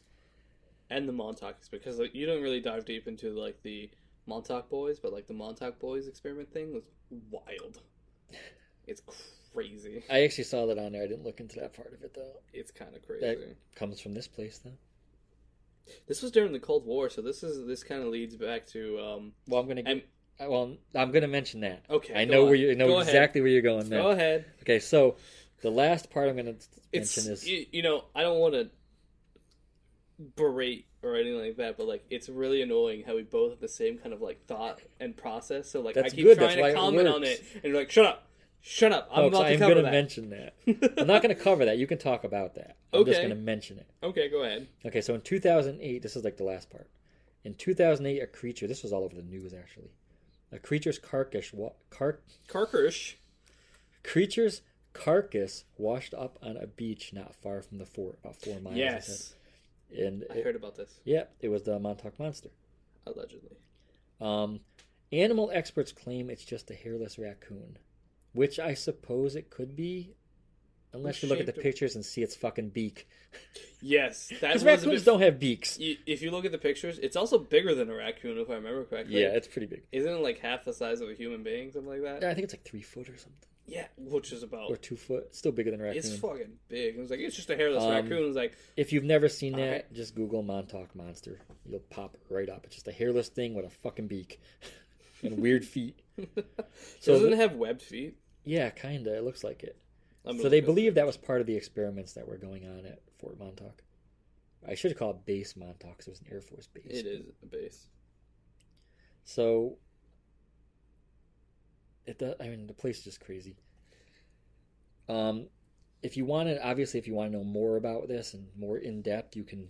and the Montauk experiment because like, you don't really dive deep into like the Montauk boys, but like the Montauk boys experiment thing was wild. It's crazy. I actually saw that on there. I didn't look into that part of it though. It's kind of crazy. Comes from this place though. This was during the Cold War, so this is this kind of leads back to um. Well, I'm gonna I'm- I- well, I'm gonna mention that. Okay, I go know on. where you I know Go ahead. exactly where you're going there. Go ahead. Okay, so the last part I'm going to It's mention is you, you know I don't want to berate or anything like that, but like it's really annoying how we both have the same kind of like thought and process. So like That's I keep good, that's trying why to it comment on works. it, and you're like, "Shut up, shut up." I'm folks, about I to am cover gonna that. mention that. I'm not going to cover that. You can talk about that. I'm just Okay. going to mention it. okay, go ahead. Okay, so in 2008, this is like the last part. In 2008, a creature. This was all over the news actually. A creature's carcass. Wa- car- Karkersh. creature's carcass washed up on a beach not far from the fort, about four miles. I said. Yes, And I it, heard about this yeah, it was the Montauk monster. allegedly. Um, animal experts claim it's just a hairless raccoon, which I suppose it could be, unless you look at the Shaped- pictures and see its fucking beak. Yes, that was Because a raccoons bit- don't have beaks. You- If you look at the pictures, it's also bigger than a raccoon, if I remember correctly. Yeah, it's pretty big. Isn't it like half the size of a human being, something like that? Yeah, I think it's like three foot or something, Yeah, which is or about two foot. Oh. It's Still bigger than a raccoon. it's fucking big. It was like it's just a hairless Um, raccoon. It was like If you've never seen that, Alright. just Google Montauk monster. You'll pop right up. It's just a hairless thing with a fucking beak and weird feet. So doesn't the- it have webbed feet? Yeah, kinda. It looks like it. I'm So gonna they look believe that was part of the experiments that were going on at Fort Montauk. I should have called Base Montauk 'cause it was an Air Force base. this- it is a base. So, it does, I mean, the place is just crazy. Um, if you want to, obviously, if you want to know more about this and more in depth, you can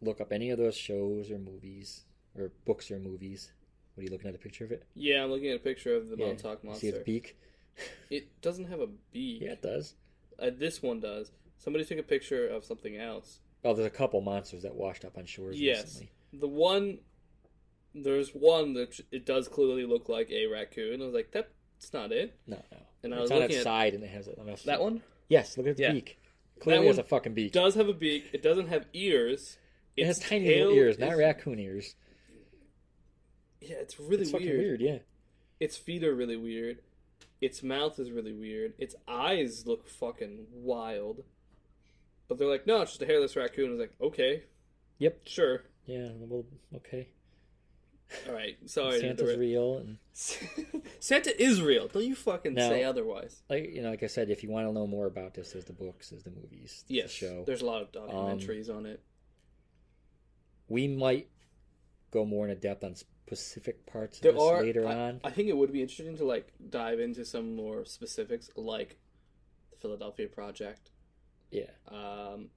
look up any of those shows or movies or books or movies. What are you looking at a picture of it? Yeah, I'm looking at a picture of the Yeah, Montauk You see its monster. beak? It doesn't have a beak. Yeah, it does. Uh, this one does. Somebody took a picture of something else. Oh, there's a couple monsters that washed up on shores Yes. recently. The one, there's one that it does clearly look like a raccoon. I was like, that's not it. No, no. And I it's was on looking its at- side and it has it. on its- That one Yes, look at its Yeah. beak. Clearly, it's one a fucking beak. does have a beak. It doesn't have ears. It has Its tiny little tail ears, not is- raccoon ears. Yeah, it's really It's fucking weird. weird, yeah. Its feet are really weird. Its mouth is really weird. Its eyes look fucking wild. But they're like, no, it's just a hairless raccoon. I was like, okay. Yep. Sure. Yeah, well, okay. All right. Sorry. to Santa's interrupt. real, and Santa is real. Don't you fucking Now- say otherwise. like you know, like I said, if you want to know more about this, there's the books, there's the movies, there's Yes. the show. Um, There's a lot of documentaries on it. We might go more into depth on specific parts of There this are. later I, on. I think it would be interesting to like dive into some more specifics, like the Philadelphia Project, yeah, um,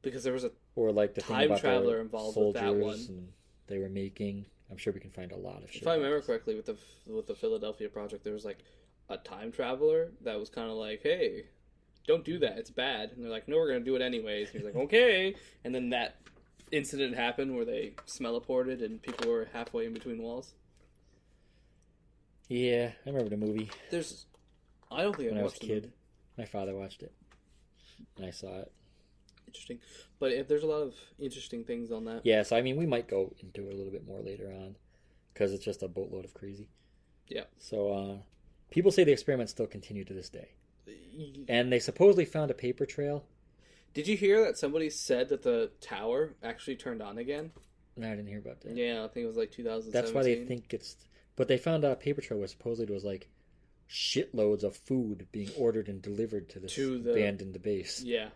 because there was a or like the Time thing about Traveler the involved with soldiers that one. and they were making. I'm sure we can find a lot of shit. If I about remember this. correctly, with the with the Philadelphia Project, there was like a time traveler that was kind of like, "Hey, don't do that; it's bad." And they're like, "No, we're gonna do it anyways." And he's like, "Okay." And then that incident happened where they smell-ported and people were halfway in between walls. yeah, I remember the movie There's, I don't think when I I was a watched the kid. movie. My father watched it, and I saw it. interesting. But if there's a lot of interesting things on that. Yeah, so I mean, we might go into it a little bit more later on because it's just a boatload of crazy. Yeah. So uh, people say the experiments still continue to this day, Y- and they supposedly found a paper trail. Did you hear that somebody said that the tower actually turned on again? No, I didn't hear about that. Yeah, I think it was like 2017. That's why they think it's. But they found out a paper trail was supposedly it was like shitloads of food being ordered and delivered to this To the- abandoned base. Yeah.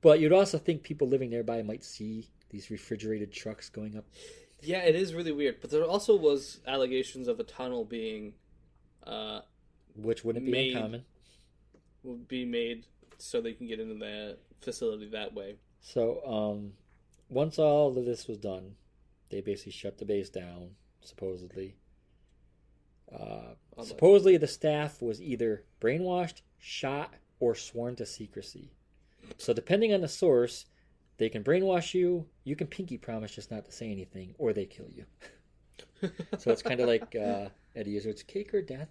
But you'd also think people living nearby might see these refrigerated trucks going up. Yeah, it is really weird. But there also was allegations of a tunnel being uh Which wouldn't be Made. uncommon. will be made so they can get into the facility that way. So, um, once all of this was done, they basically shut the base down, supposedly. Uh, Allegedly. supposedly, the staff was either brainwashed, shot, or sworn to secrecy. So, depending on the source, they can brainwash you, you can pinky promise just not to say anything, or they kill you. So, it's kind of like uh, Eddie Izzard's cake or death.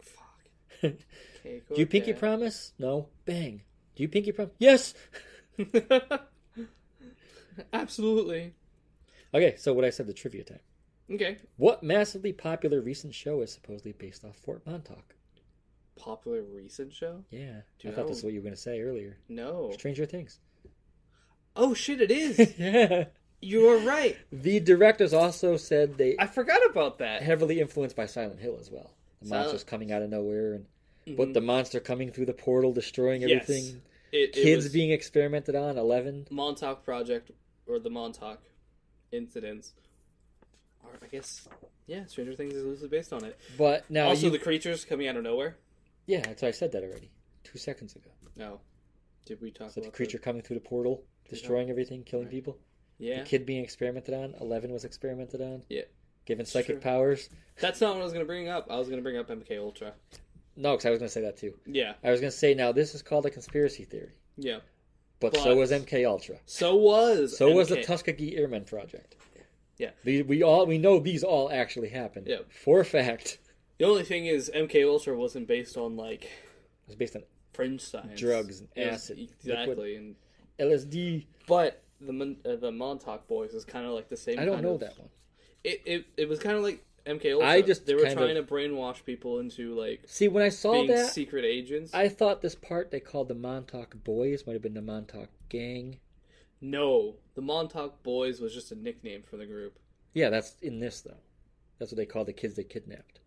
fuck. Do Cake you or pinky death. promise? No. Bang. Do you pinky promise? Yes! Absolutely. Okay, so what I said, the trivia time. Okay. What massively popular recent show is supposedly based off Fort Montauk? Popular recent show? Yeah, Do I thought you this is know? what you were going to say earlier. No. Stranger Things. Oh shit! It is. yeah. You're right. The directors also said they I forgot about that. heavily influenced by Silent Hill as well. The Silent- Mm-hmm. monsters coming out of nowhere, and but the monster coming through the portal, destroying Yes. everything. It- it Kids was being experimented on. Eleven. Montauk Project or the Montauk incidents. Or I guess yeah, Stranger Things is loosely based on it. But now, also, you- the creatures coming out of nowhere. yeah, that's why I said that already two seconds ago. No, did we talk So the about creature coming through the portal, destroying everything, killing Right. people. Yeah, The kid being experimented on. Eleven was experimented on. Yeah. Given It's psychic true. powers. that's not what I was gonna bring up. I was gonna bring up MK Ultra. No, because I was going to say that too. Yeah, I was going to say now this is called a conspiracy theory, yeah. but, But- so was MK Ultra. So was So was the MK. Tuskegee Airmen Project. Yeah. The, we all we know these all actually happened. Yeah. For a fact, The only thing is, MK Ultra wasn't based on like it was based on fringe science, Drugs and It was- acid, exactly. liquid. And LSD. but the Mon- uh, the Montauk Boys is kind of like the same. I don't kind know of- that one. It, it it was kind of like MK Ultra. I just they were kind trying of- to brainwash people into like See, when I saw being that, secret agents. I thought this part they called the Montauk Boys might have been the Montauk Gang. No, the Montauk Boys was just a nickname for the group. Yeah, that's in this though. That's what they called the kids they kidnapped.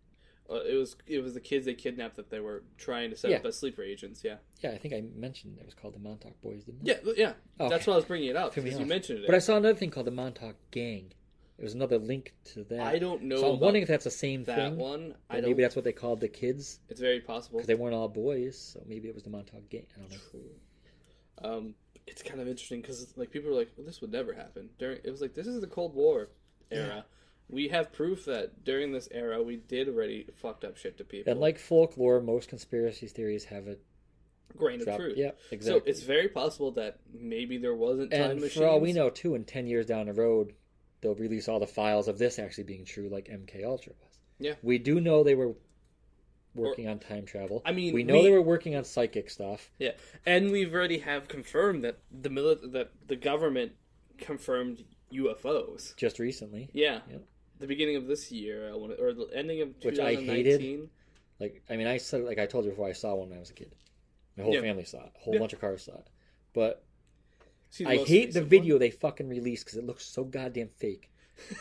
Uh, it was it was the kids they kidnapped that they were trying to set Yeah. up as sleeper agents. Yeah, Yeah, I think I mentioned it was called the Montauk Boys, didn't I? yeah, yeah. Okay. That's why I was bringing it up Threw me because you off. mentioned it. But I saw another thing called the Montauk Gang. It was another link to that. I don't know So I'm about wondering if that's the same that thing. one. or I don't. maybe that's what they called the kids It's very possible. because they weren't all boys. So maybe it was the Montauk Gang. I don't know. Um, it's kind of interesting because like people were like, well, "This would never happen." During it was like this is the Cold War era. We have proof that during this era we did already fucked up shit to people. And like folklore, most conspiracy theories have a grain of drop. truth. Yeah, exactly. So it's very possible that maybe there wasn't time and machines. for all we know, too, in ten years down the road, they'll release all the files of this actually being true, like MK Ultra was. Yeah. we do know they were working on time travel. I mean, we know we- they were working on psychic stuff. Yeah, and we've already have confirmed that the mili- that the government confirmed UFOs. Just recently, Yeah, Yeah. the beginning of this year, I wanna- or the ending of Which I hated. 2019. Like I mean, I said like I told you before, I saw one when I was a kid. My whole Yeah. family saw it. A whole Yeah. bunch of cars saw it. But See, I most hate the recent video they fucking released because it looks so goddamn fake.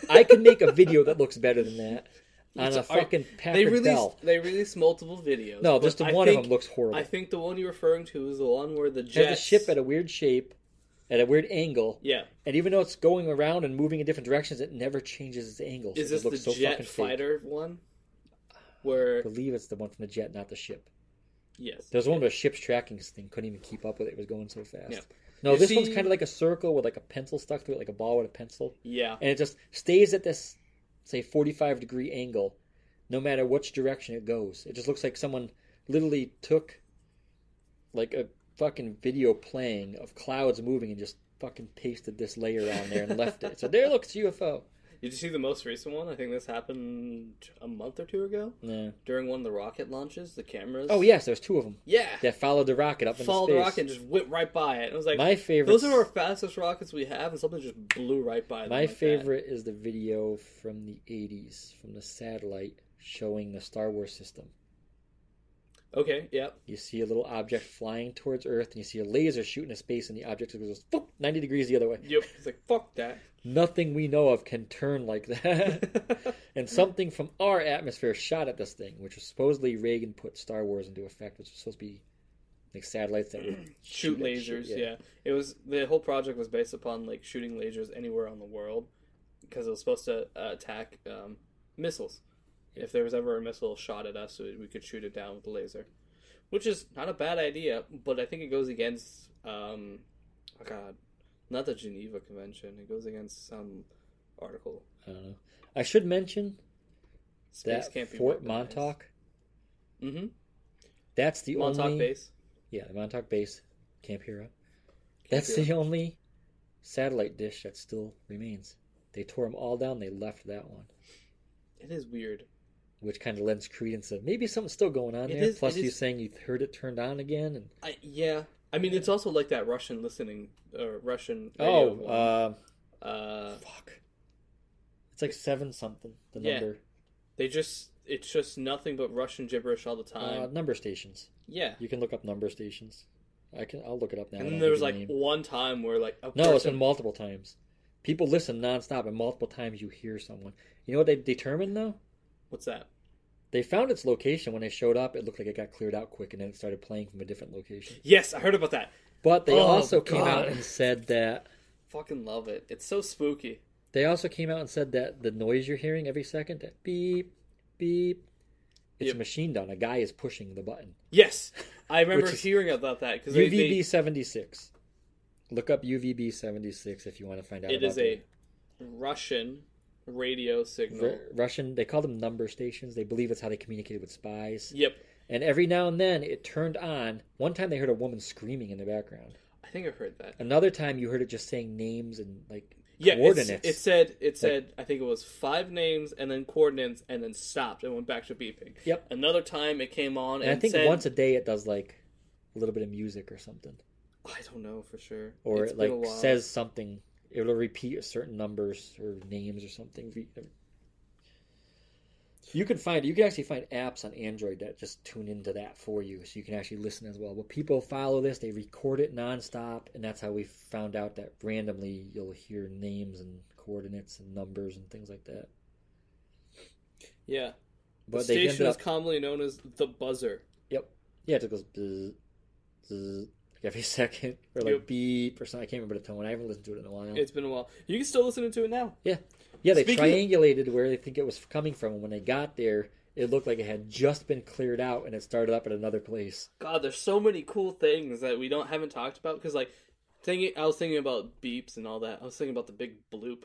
I could make a video that looks better than that on It's a art- fucking Packard They released Bell. they released multiple videos. No, but just the I one think- of them looks horrible. I think the one you're referring to is the one where the It has jet a ship at a weird shape, at a weird angle, yeah. and even though it's going around and moving in different directions, it never changes its angle. Is so this it the looks so jet fucking fighter one? Fake. Where I believe it's the one from the jet, not the ship. yes, There's one where the ship's tracking thing couldn't even keep up with it. It was going so fast. Yeah. No, You this one's see- kind of like a circle with like a pencil stuck through it, like a ball with a pencil. yeah, and it just stays at this say 45 degree angle no matter which direction it goes it just looks like someone literally took like a fucking video playing of clouds moving and just fucking pasted this layer on there and left it so there looks ufo Did you see the most recent one? I think this happened a month or two ago Yeah. during one of the rocket launches. The cameras. Oh yes, there's two of them yeah. that followed the rocket up Followed the into rocket space. and just went right by it. And I was like, my favorite. those are our fastest rockets we have, and something just blew right by them. My like that. favorite is the video from the 80s from the satellite showing the Star Wars system. Okay. Yep. You see a little object flying towards Earth, and you see a laser shooting into space, and the object goes boop, 90 degrees the other way. Yep. It's like fuck that. Nothing we know of can turn like that. and something from our atmosphere shot at this thing, which was supposedly Reagan put Star Wars into effect, which was supposed to be like satellites that would shoot at shit, lasers. yeah. it was the whole project was based upon like shooting lasers anywhere on the world because it was supposed to uh, attack um, missiles. If there was ever a missile shot at us, we we could shoot it down with a laser, which is not a bad idea. But I think it goes against, um, oh God, not the Geneva Convention. It goes against some article. I don't know. I should mention Space that Fort Montauk. Mm-hmm. That's the Montauk only base. Yeah, the Montauk base, Camp Hero. That's the only satellite dish that still remains. They tore them all down. They left that one, It is weird. which kind of lends credence that maybe something's still going on It there. is- Plus, it you is- saying you heard it turned on again. And I, yeah, I mean it's also like that Russian listening or Russian. radio oh, one. uh, Uh, fuck! It's like seven something. The Yeah, number they just it's just nothing but Russian gibberish all the time. uh, number stations. yeah. You can look up number stations. I can. I'll look it up now. I And don't then there was think like of the name. one time where like a no, it's been person, multiple times. People listen nonstop, and multiple times you hear someone. You know what they determined though? what's that? They found its location when they showed up. It looked like it got cleared out quick, and then it started playing from a different location. Yes, I heard about that. But they Oh, also came out God. and said that Fucking love it. It's so spooky. they also came out and said that the noise you're hearing every second, that beep, beep, it's Yep. a machine gun. A guy is pushing the button. Yes, I remember Which is- hearing about that because they, UVB they, seventy six. Look up UVB seventy six if you want to find out. it about is a Russian radio the signal. Ru- Russian. They call them number stations. They believe it's how they communicated with spies. Yep, And every now and then it turned on. One time they heard a woman screaming in the background. I think I heard that. Another time you heard it just saying names and like Yeah, it's, coordinates. it said it said I think it was five names and then coordinates and then stopped and went back to beeping. Yep. Another time it came on and, and I think said, once a day it does like a little bit of music or something, I don't know for sure. or It's it been a like while. says something. It'll repeat certain numbers or names or something. You can find you can actually find apps on Android that just tune into that for you, so you can actually listen as well. But people follow this; they record it nonstop, and that's how we found out that randomly you'll hear names and coordinates and numbers and things like that. Yeah. But the they ended station up is commonly known as the buzzer. Yeah, it goes bzz, bzz, like every second, or like Yep. beep or something. I can't remember the tone. I haven't listened to it in a while. It's been a while. You can still listen to it now. yeah, they speaking of- triangulated where they think it was coming from. and When they got there, it looked like it had just been cleared out and it started up at another place. God, there's so many cool things that we don't haven't talked about because like thinking I was thinking about beeps and all that. I was thinking about the big bloop.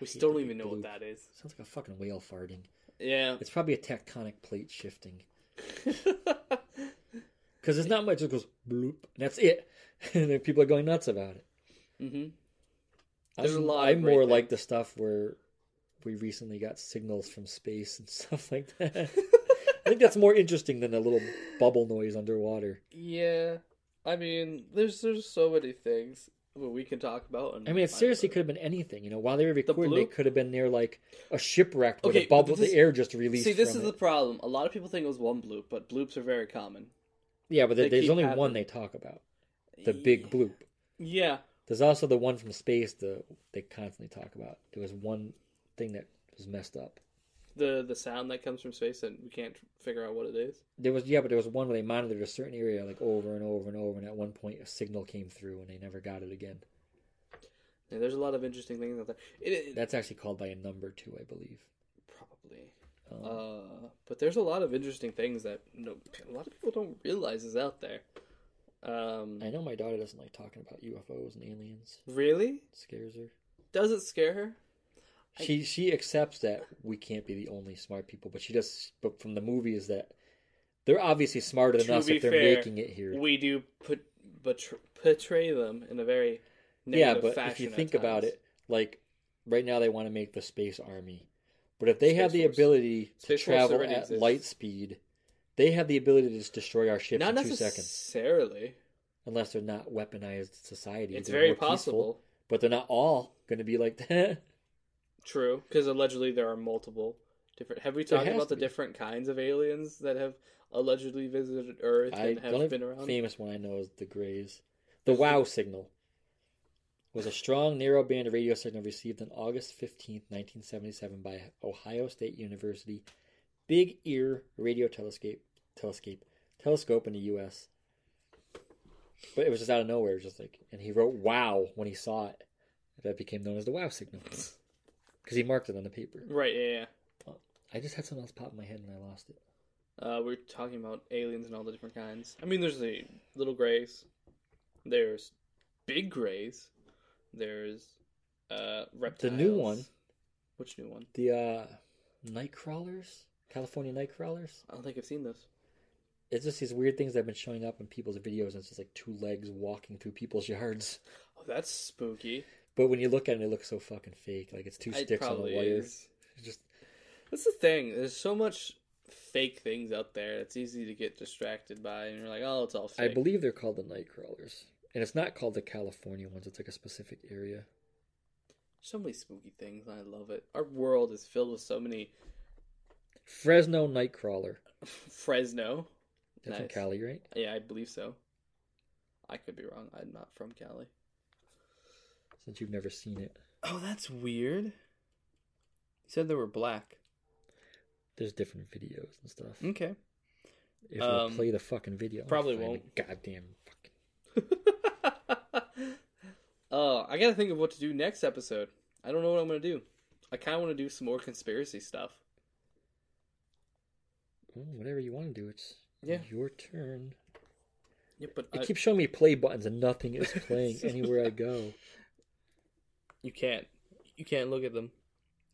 We still don't even know what that is. Sounds like a fucking whale farting. Yeah. It's probably a tectonic plate shifting because it's not much. It goes bloop, and that's it. and then people are going nuts about it. mhm. There's I'm, a lot of I'm great more like the stuff where we recently got signals from space and stuff like that. Mm-hmm. I think that's more interesting than a little bubble noise underwater. Yeah, I mean, there's there's so many things that we can talk about. And I mean, it seriously could have been anything. You know, while they were recording, they bloop? could have been near like a shipwreck where Okay, the but bubble, this- the air just released. see. This from is it. the problem. A lot of people think it was one bloop, but bloops are very common. yeah, but they there- there's keep only having- one they talk about, the big bloop. Yeah, There's also the one from space that they constantly talk about. There was one thing that was messed up. the the sound that comes from space and we can't figure out what it is. There was yeah, but there was one where they monitored a certain area like over and over and over, and at one point a signal came through and they never got it again. Yeah, there's a lot of interesting things out there. It, it- That's actually called by a number too, I believe. probably. Um, Uh, but there's a lot of interesting things that no, a lot of people don't realize is out there. Um, I know my daughter doesn't like talking about UFOs and aliens. really? It scares her. Does it scare her? I- She she accepts that we can't be the only smart people, but she just but from the movies that they're obviously smarter than To us be if they're fair, making it here. we do put betr- portray them in a very yeah, negative but if fashion you at think about times. it, like right now they want to make the space army. But if they Space have the Force. ability to Space Force travel already at exists. light speed, they have the ability to just destroy our ships Not in two seconds. necessarily. Unless they're not weaponized society. It's They're very more peaceful, possible. but they're not all going to be like that. True, because allegedly there are multiple different. Have we There talked has about to the be. different kinds of aliens that have allegedly visited Earth I and the only have been around? famous one I know is the Greys. The Wow signal was a strong narrowband radio signal received on August 15, 1977 by Ohio State University Big Ear Radio Telescope telescope telescope in the US. But it was just out of nowhere, just like and he wrote wow when he saw it. That became known as the wow signal. Because he marked it on the paper. Right. Yeah. I just had something else pop in my head and I lost it. yeah. Uh, we're talking about aliens and all the different kinds. I mean, there's the little grays. There's big grays. There's uh reptiles. new one. Which new one? The uh night crawlers? California night crawlers? I don't think I've seen this. it's just these weird things that have been showing up in people's videos and it's just like two legs walking through people's yards Oh, that's spooky. but when you look at it it looks so fucking fake like it's two It sticks on a probably wire is. It's just That's the thing. There's so much fake things out there. It's easy to get distracted by, and you're like, oh, it's all fake. i believe they're called the night crawlers and it's not called the california ones it's like a specific area So many spooky things. and I love it. Our world is filled with so many fresno night crawler Fresno. Nice. that's from cali right Yeah, I believe so. I could be wrong. I'm not from Cali. since you've never seen it Oh, that's weird. You said they were black. there's different videos and stuff Okay. if Hmm? um, we play the fucking video I'll probably find the won't. goddamn fucking oh, I gotta think of what to do next episode. I don't know what I'm gonna do. I kind of want to do some more conspiracy stuff. Mm, whatever you want to do it's Yeah. your turn Yeah, but it I- keeps showing me play buttons and nothing is playing anywhere i go you can't. You can't look at them.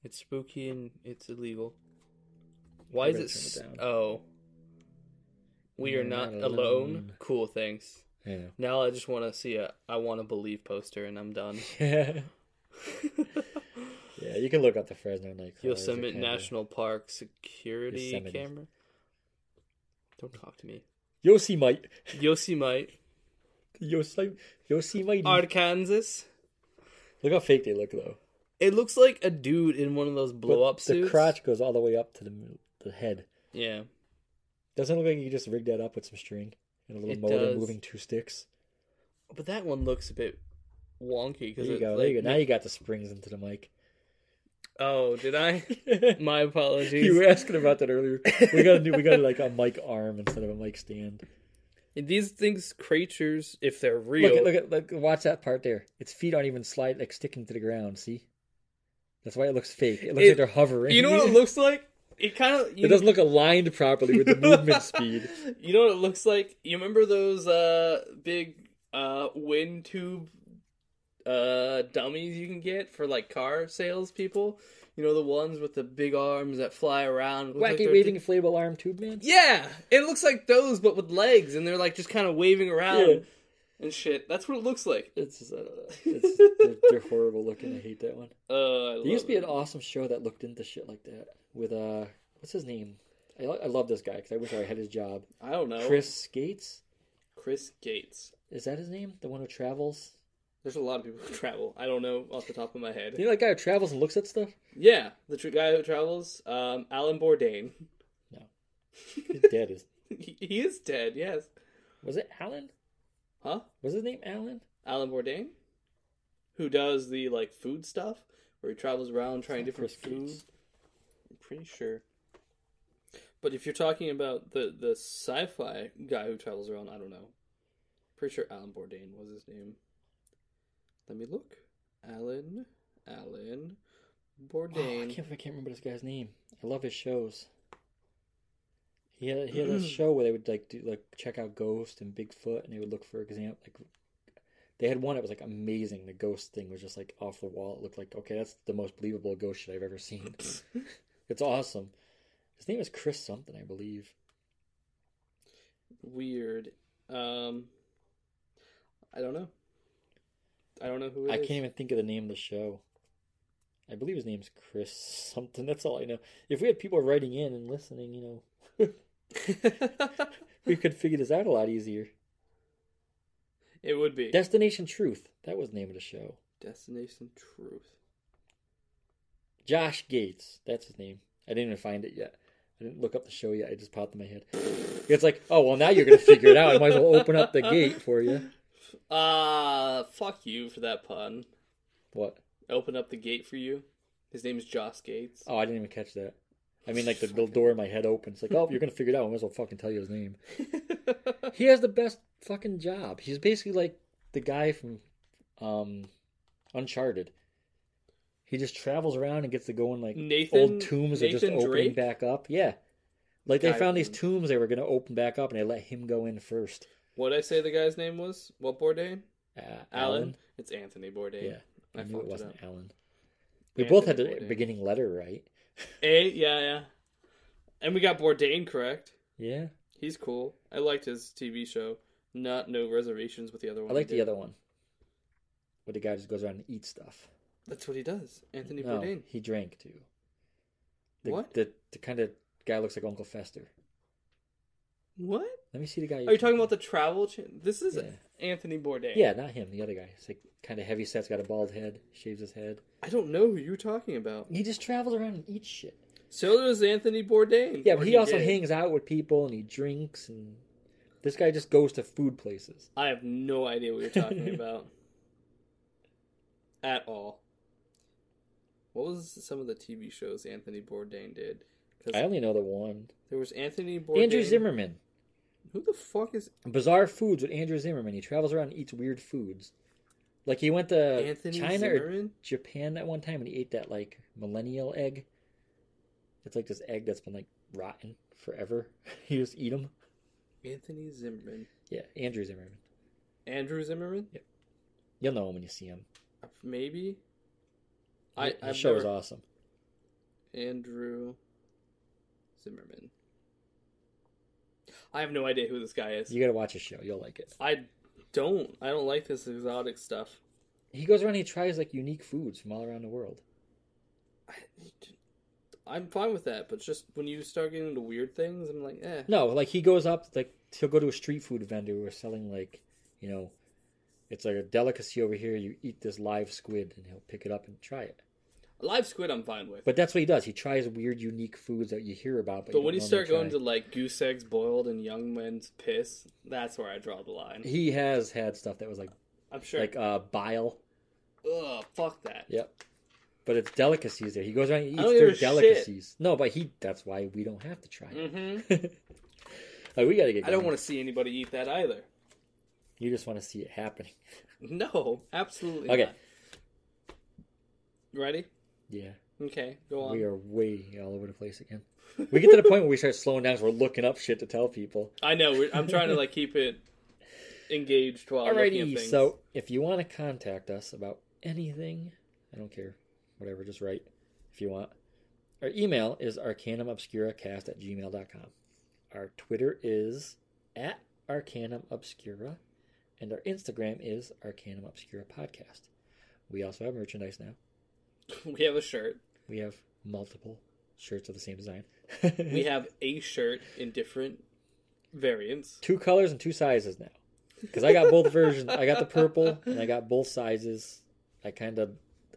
It's spooky and it's illegal. Why I is gotta it? s- turn it down. oh, we You're are not, not alone. alone. Cool, thanks. yeah Now I just want to see a "I want to believe" poster, and I'm done. yeah, you can look up the Fresno night. Yosemite National Park security Yosemite. camera. Don't talk to me. Yosemite. Yosemite, Yosemite. Yosemite. Arkansas. Look how fake they look, though. It looks like a dude in one of those blow up But suits. The crotch goes all the way up to the the head. Yeah, Doesn't it look like you just rigged that up with some string and a little It motor does. moving two sticks. but that one looks a bit wonky There because you it's go. there like you go. Now you got the springs into the mic. oh, did I? My apologies. you were asking about that earlier. We got to do. We got like a mic arm instead of a mic stand. These things, creatures, if they're real, Look at, look at look, watch that part there. Its feet aren't even slide like sticking to the ground. See, that's why it looks fake. It looks It- like they're hovering. you know what it looks like? It kind of It doesn't look aligned properly with the movement speed. You know what it looks like? You remember those uh big uh wind tube uh dummies you can get for like car salespeople? You know the ones with the big arms that fly around. It looks like Wacky they're- waving inflatable arm tube man. Yeah, it looks like those, but with legs, and they're like just kind of waving around Yeah. and shit. That's what it looks like. It's just, I don't know. It's, they're, they're horrible looking. I hate that one. Oh, I love There used to be it. an awesome show that looked into shit like that with uh, what's his name? I, lo- I love this guy because I wish I had his job. I don't know. Chris Skates Chris Gates. is that his name? The one who travels. There's a lot of people who travel. I don't know off the top of my head. You know that guy who travels and looks at stuff. Yeah, the tr- guy who travels, um, Alan Bourdain. He's dead. Is he he is dead. Yes. was it Alan? Huh? Was his name Alan? Alan Bourdain, who does the like food stuff, where he travels around trying not different Chris Gates. food. I'm pretty sure. But if you're talking about the the sci-fi guy who travels around, I don't know. Pretty sure Alan Bourdain was his name. Let me look. Alan, Alan Oh, I Bourdain. can't. I can't remember this guy's name. I love his shows. He had he had a show where they would like do like check out Ghost and Bigfoot, and they would look for example like they had one that was like amazing. The ghost thing was just like off the wall. It looked like okay, that's the most believable ghost shit I've ever seen. it's awesome. His name is Chris something, I believe. Weird. Um, I don't know. I don't know who it I is. can't even think of the name of the show. I believe his name's Chris something. That's all I know. If we had people writing in and listening, you know, we could figure this out a lot easier. it would be Destination Truth. That was the name of the show. Destination Truth. Josh Gates. That's his name. I didn't even find it yet. I didn't look up the show yet. It just popped in my head. It's like, oh well, now you're gonna figure it out. I might as well open up the gate for you. Uh, fuck you for that pun. What? Open up the gate for you. His name is Joss Gates. Oh, I didn't even catch that. I mean, like the, the door in my head opens. Like, oh, you're gonna figure it out. I might as well fucking tell you his name. Oh. He has the best fucking job. He's basically like the guy from um, Uncharted. He just travels around and gets to go in like Nathan old tombs are just Nathan opening Drake? back up. Yeah, like they Guy found these from- tombs they were gonna open back up, and they let him go in first. What'd I say the guy's name was? What Bourdain? Uh, Alan? It's Anthony Bourdain. Yeah, I I knew it fucked it wasn't up. Alan. We both had Anthony the Bourdain. beginning letter right. A, yeah, yeah. And we got Bourdain correct. Yeah, He's cool. I liked his TV show. Not no reservations with the other one. I like he the did. other one, where the guy just goes around and eats stuff. That's what he does. Anthony no, Bourdain. he drank too. The, What? The, the kind of guy looks like Uncle Fester. What? Let me see the guy. Are you talking about the travel? Cha- this is Yeah. Anthony Bourdain. Yeah, not him. The other guy. It's like kind of heavy set's got a bald head, shaves his head. I don't know who you're talking about. He just travels around and eats shit. So does Anthony Bourdain. Yeah, but Or he also did. hangs out with people and he drinks and this guy just goes to food places. I have no idea what you're talking about. At all. What was some of the TV shows Anthony Bourdain did? I Because only know the one. there was Anthony Bourdain. Andrew Zimmerman. Who the fuck is Bizarre Foods with Andrew Zimmerman. He travels around and eats weird foods. Like he went to Anthony Uh, China or Zimmerman? Japan that one time and he ate that like millennial egg. It's like this egg that's been like rotten forever. you just eat them. Anthony Zimmerman. Yeah, Andrew Zimmerman. Andrew Zimmerman? Uh, You'll know him when you see him. Maybe. I, the I've show is never- awesome. Andrew Zimmerman. I have no idea who this guy is. You gotta watch his show. You'll like it. I don't. I don't like this exotic stuff. He goes around. and He tries like unique foods from all around the world. I, I'm fine with that, but just when you start getting into weird things, I'm like, eh. No, like he goes up. Like he'll go to a street food vendor who's selling like, you know, it's like a delicacy over here. You eat this live squid, and he'll pick it up and try it. Live squid, I'm fine with. But, But that's what he does. He tries weird, unique foods that you hear about. But, when you don't start normally going to like goose eggs boiled and young men's piss, that's where I draw the try. line. he has had stuff that was like I'm sure. like uh, bile. ugh, fuck that. Yep. But it's delicacies there. He goes around and I eats don't their give a shit. delicacies. No, but he. That's why we don't have to try it. hmm Like, we gotta get. I don't want to see anybody eat that either. to. You just want to see it happening. No, absolutely. Okay. Not. Ready? Yeah. Okay, go on. We are way all over the place again. We get to the point where we start slowing down because we're looking up shit to tell people. I know. We're, I'm trying to like keep it engaged while looking at Alrighty, things. so if you want to contact us about anything, I don't care. Whatever, just write if you want. Our email is arcanumobscuracast at gmail.com. Our Twitter is at arcanumobscura, and our Instagram is Arcanum Obscura Podcast. We also have merchandise now. we have a shirt. We have multiple shirts of the same design. We have a shirt in different variants. two colors and two sizes now because i got both versions i got the purple and i got both sizes i kind of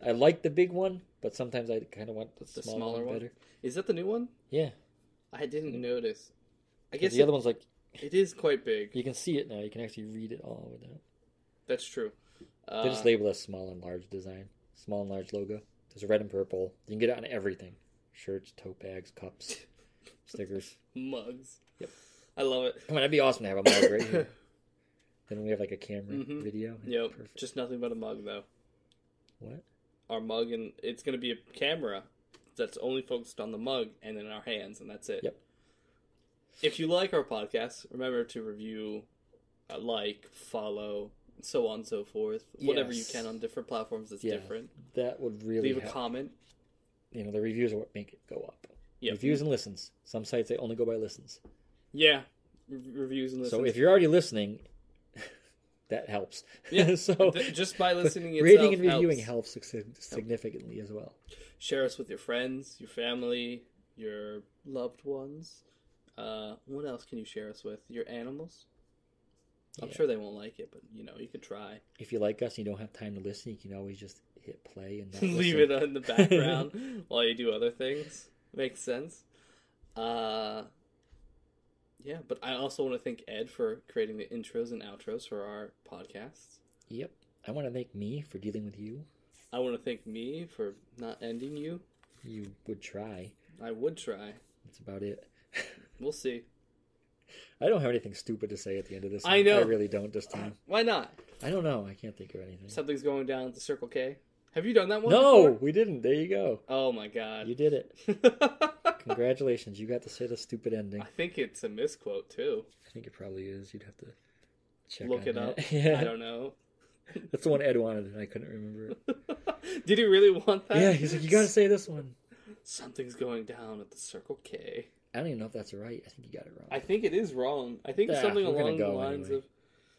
i like the big one but sometimes i kind of want the, The smaller, smaller one, one? better Is that the new one? yeah I didn't notice. I because guess the other it- one's like it is quite big. you can see it now you can actually read it all over that That's true. Uh, they just label us small and large design small and large logo there's red and purple you can get it on everything shirts tote bags cups stickers mugs. Yep. I love it. come on that'd be awesome to have a mug right here then we have like a camera Mhm. video Yep. perfect Just nothing but a mug though. what Our mug and it's gonna be a camera that's only focused on the mug and in our hands and that's it. Yep. If you like our podcast, remember to review, uh, like, follow, so on and so forth. Whatever you Yes. can on different platforms that's Yeah, different. that would really Leave a help. comment. you know the reviews are what make it go up Yep. reviews and listens some sites they only go by listens Yeah. Re- Reviews and listens. so if you're already listening that helps. Yeah, so D- just by listening itself rating and reviewing helps. helps, sig- significantly as well. Share us with your friends, your family, your loved ones. Uh, what else can you share us with? Your animals? I'm Yeah. sure they won't like it, but you know, you could try. If you like us and you don't have time to listen, you can always just hit play and not Leave listen. it on the background while you do other things. Makes sense. Uh, yeah, but I also want to thank Ed for creating the intros and outros for our podcasts. Yep. I want to thank me for dealing with you. I want to thank me for not ending you. You would try. I would try. That's about it. We'll see. I don't have anything stupid to say at the end of this. I one. know. I really don't this time. Why not? I don't know. I can't think of anything. Something's going down at the Circle K. Have you done that one? no, before? we didn't. There you go. Oh my god. You did it. I Congratulations. You got to say the stupid ending. I think it's a misquote too. think it probably is. You'd have to check Look on it that. up. yeah. I don't know. That's the one Ed wanted, and I couldn't remember. it. Did he really want that? yeah, he's like, you got to say this one. Something's going down at the Circle K. I don't even know if that's right. I think you got it wrong. I think it is wrong. I think Yeah, something we're gonna along the go lines anyway. of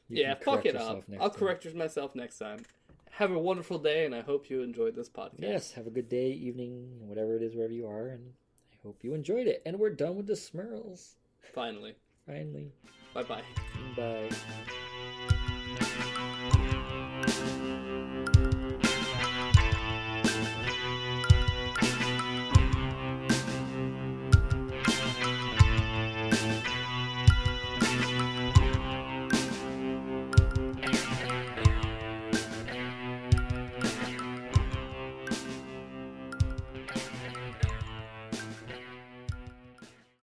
You yeah, can fuck correct it yourself up. next I'll time. correct myself next time. Have a wonderful day, and I hope you enjoyed this podcast. Yes, have a good day, evening, whatever it is, wherever you are, and I hope you enjoyed it. And we're done with the Smurls. Finally, Finally. bye bye. Bye.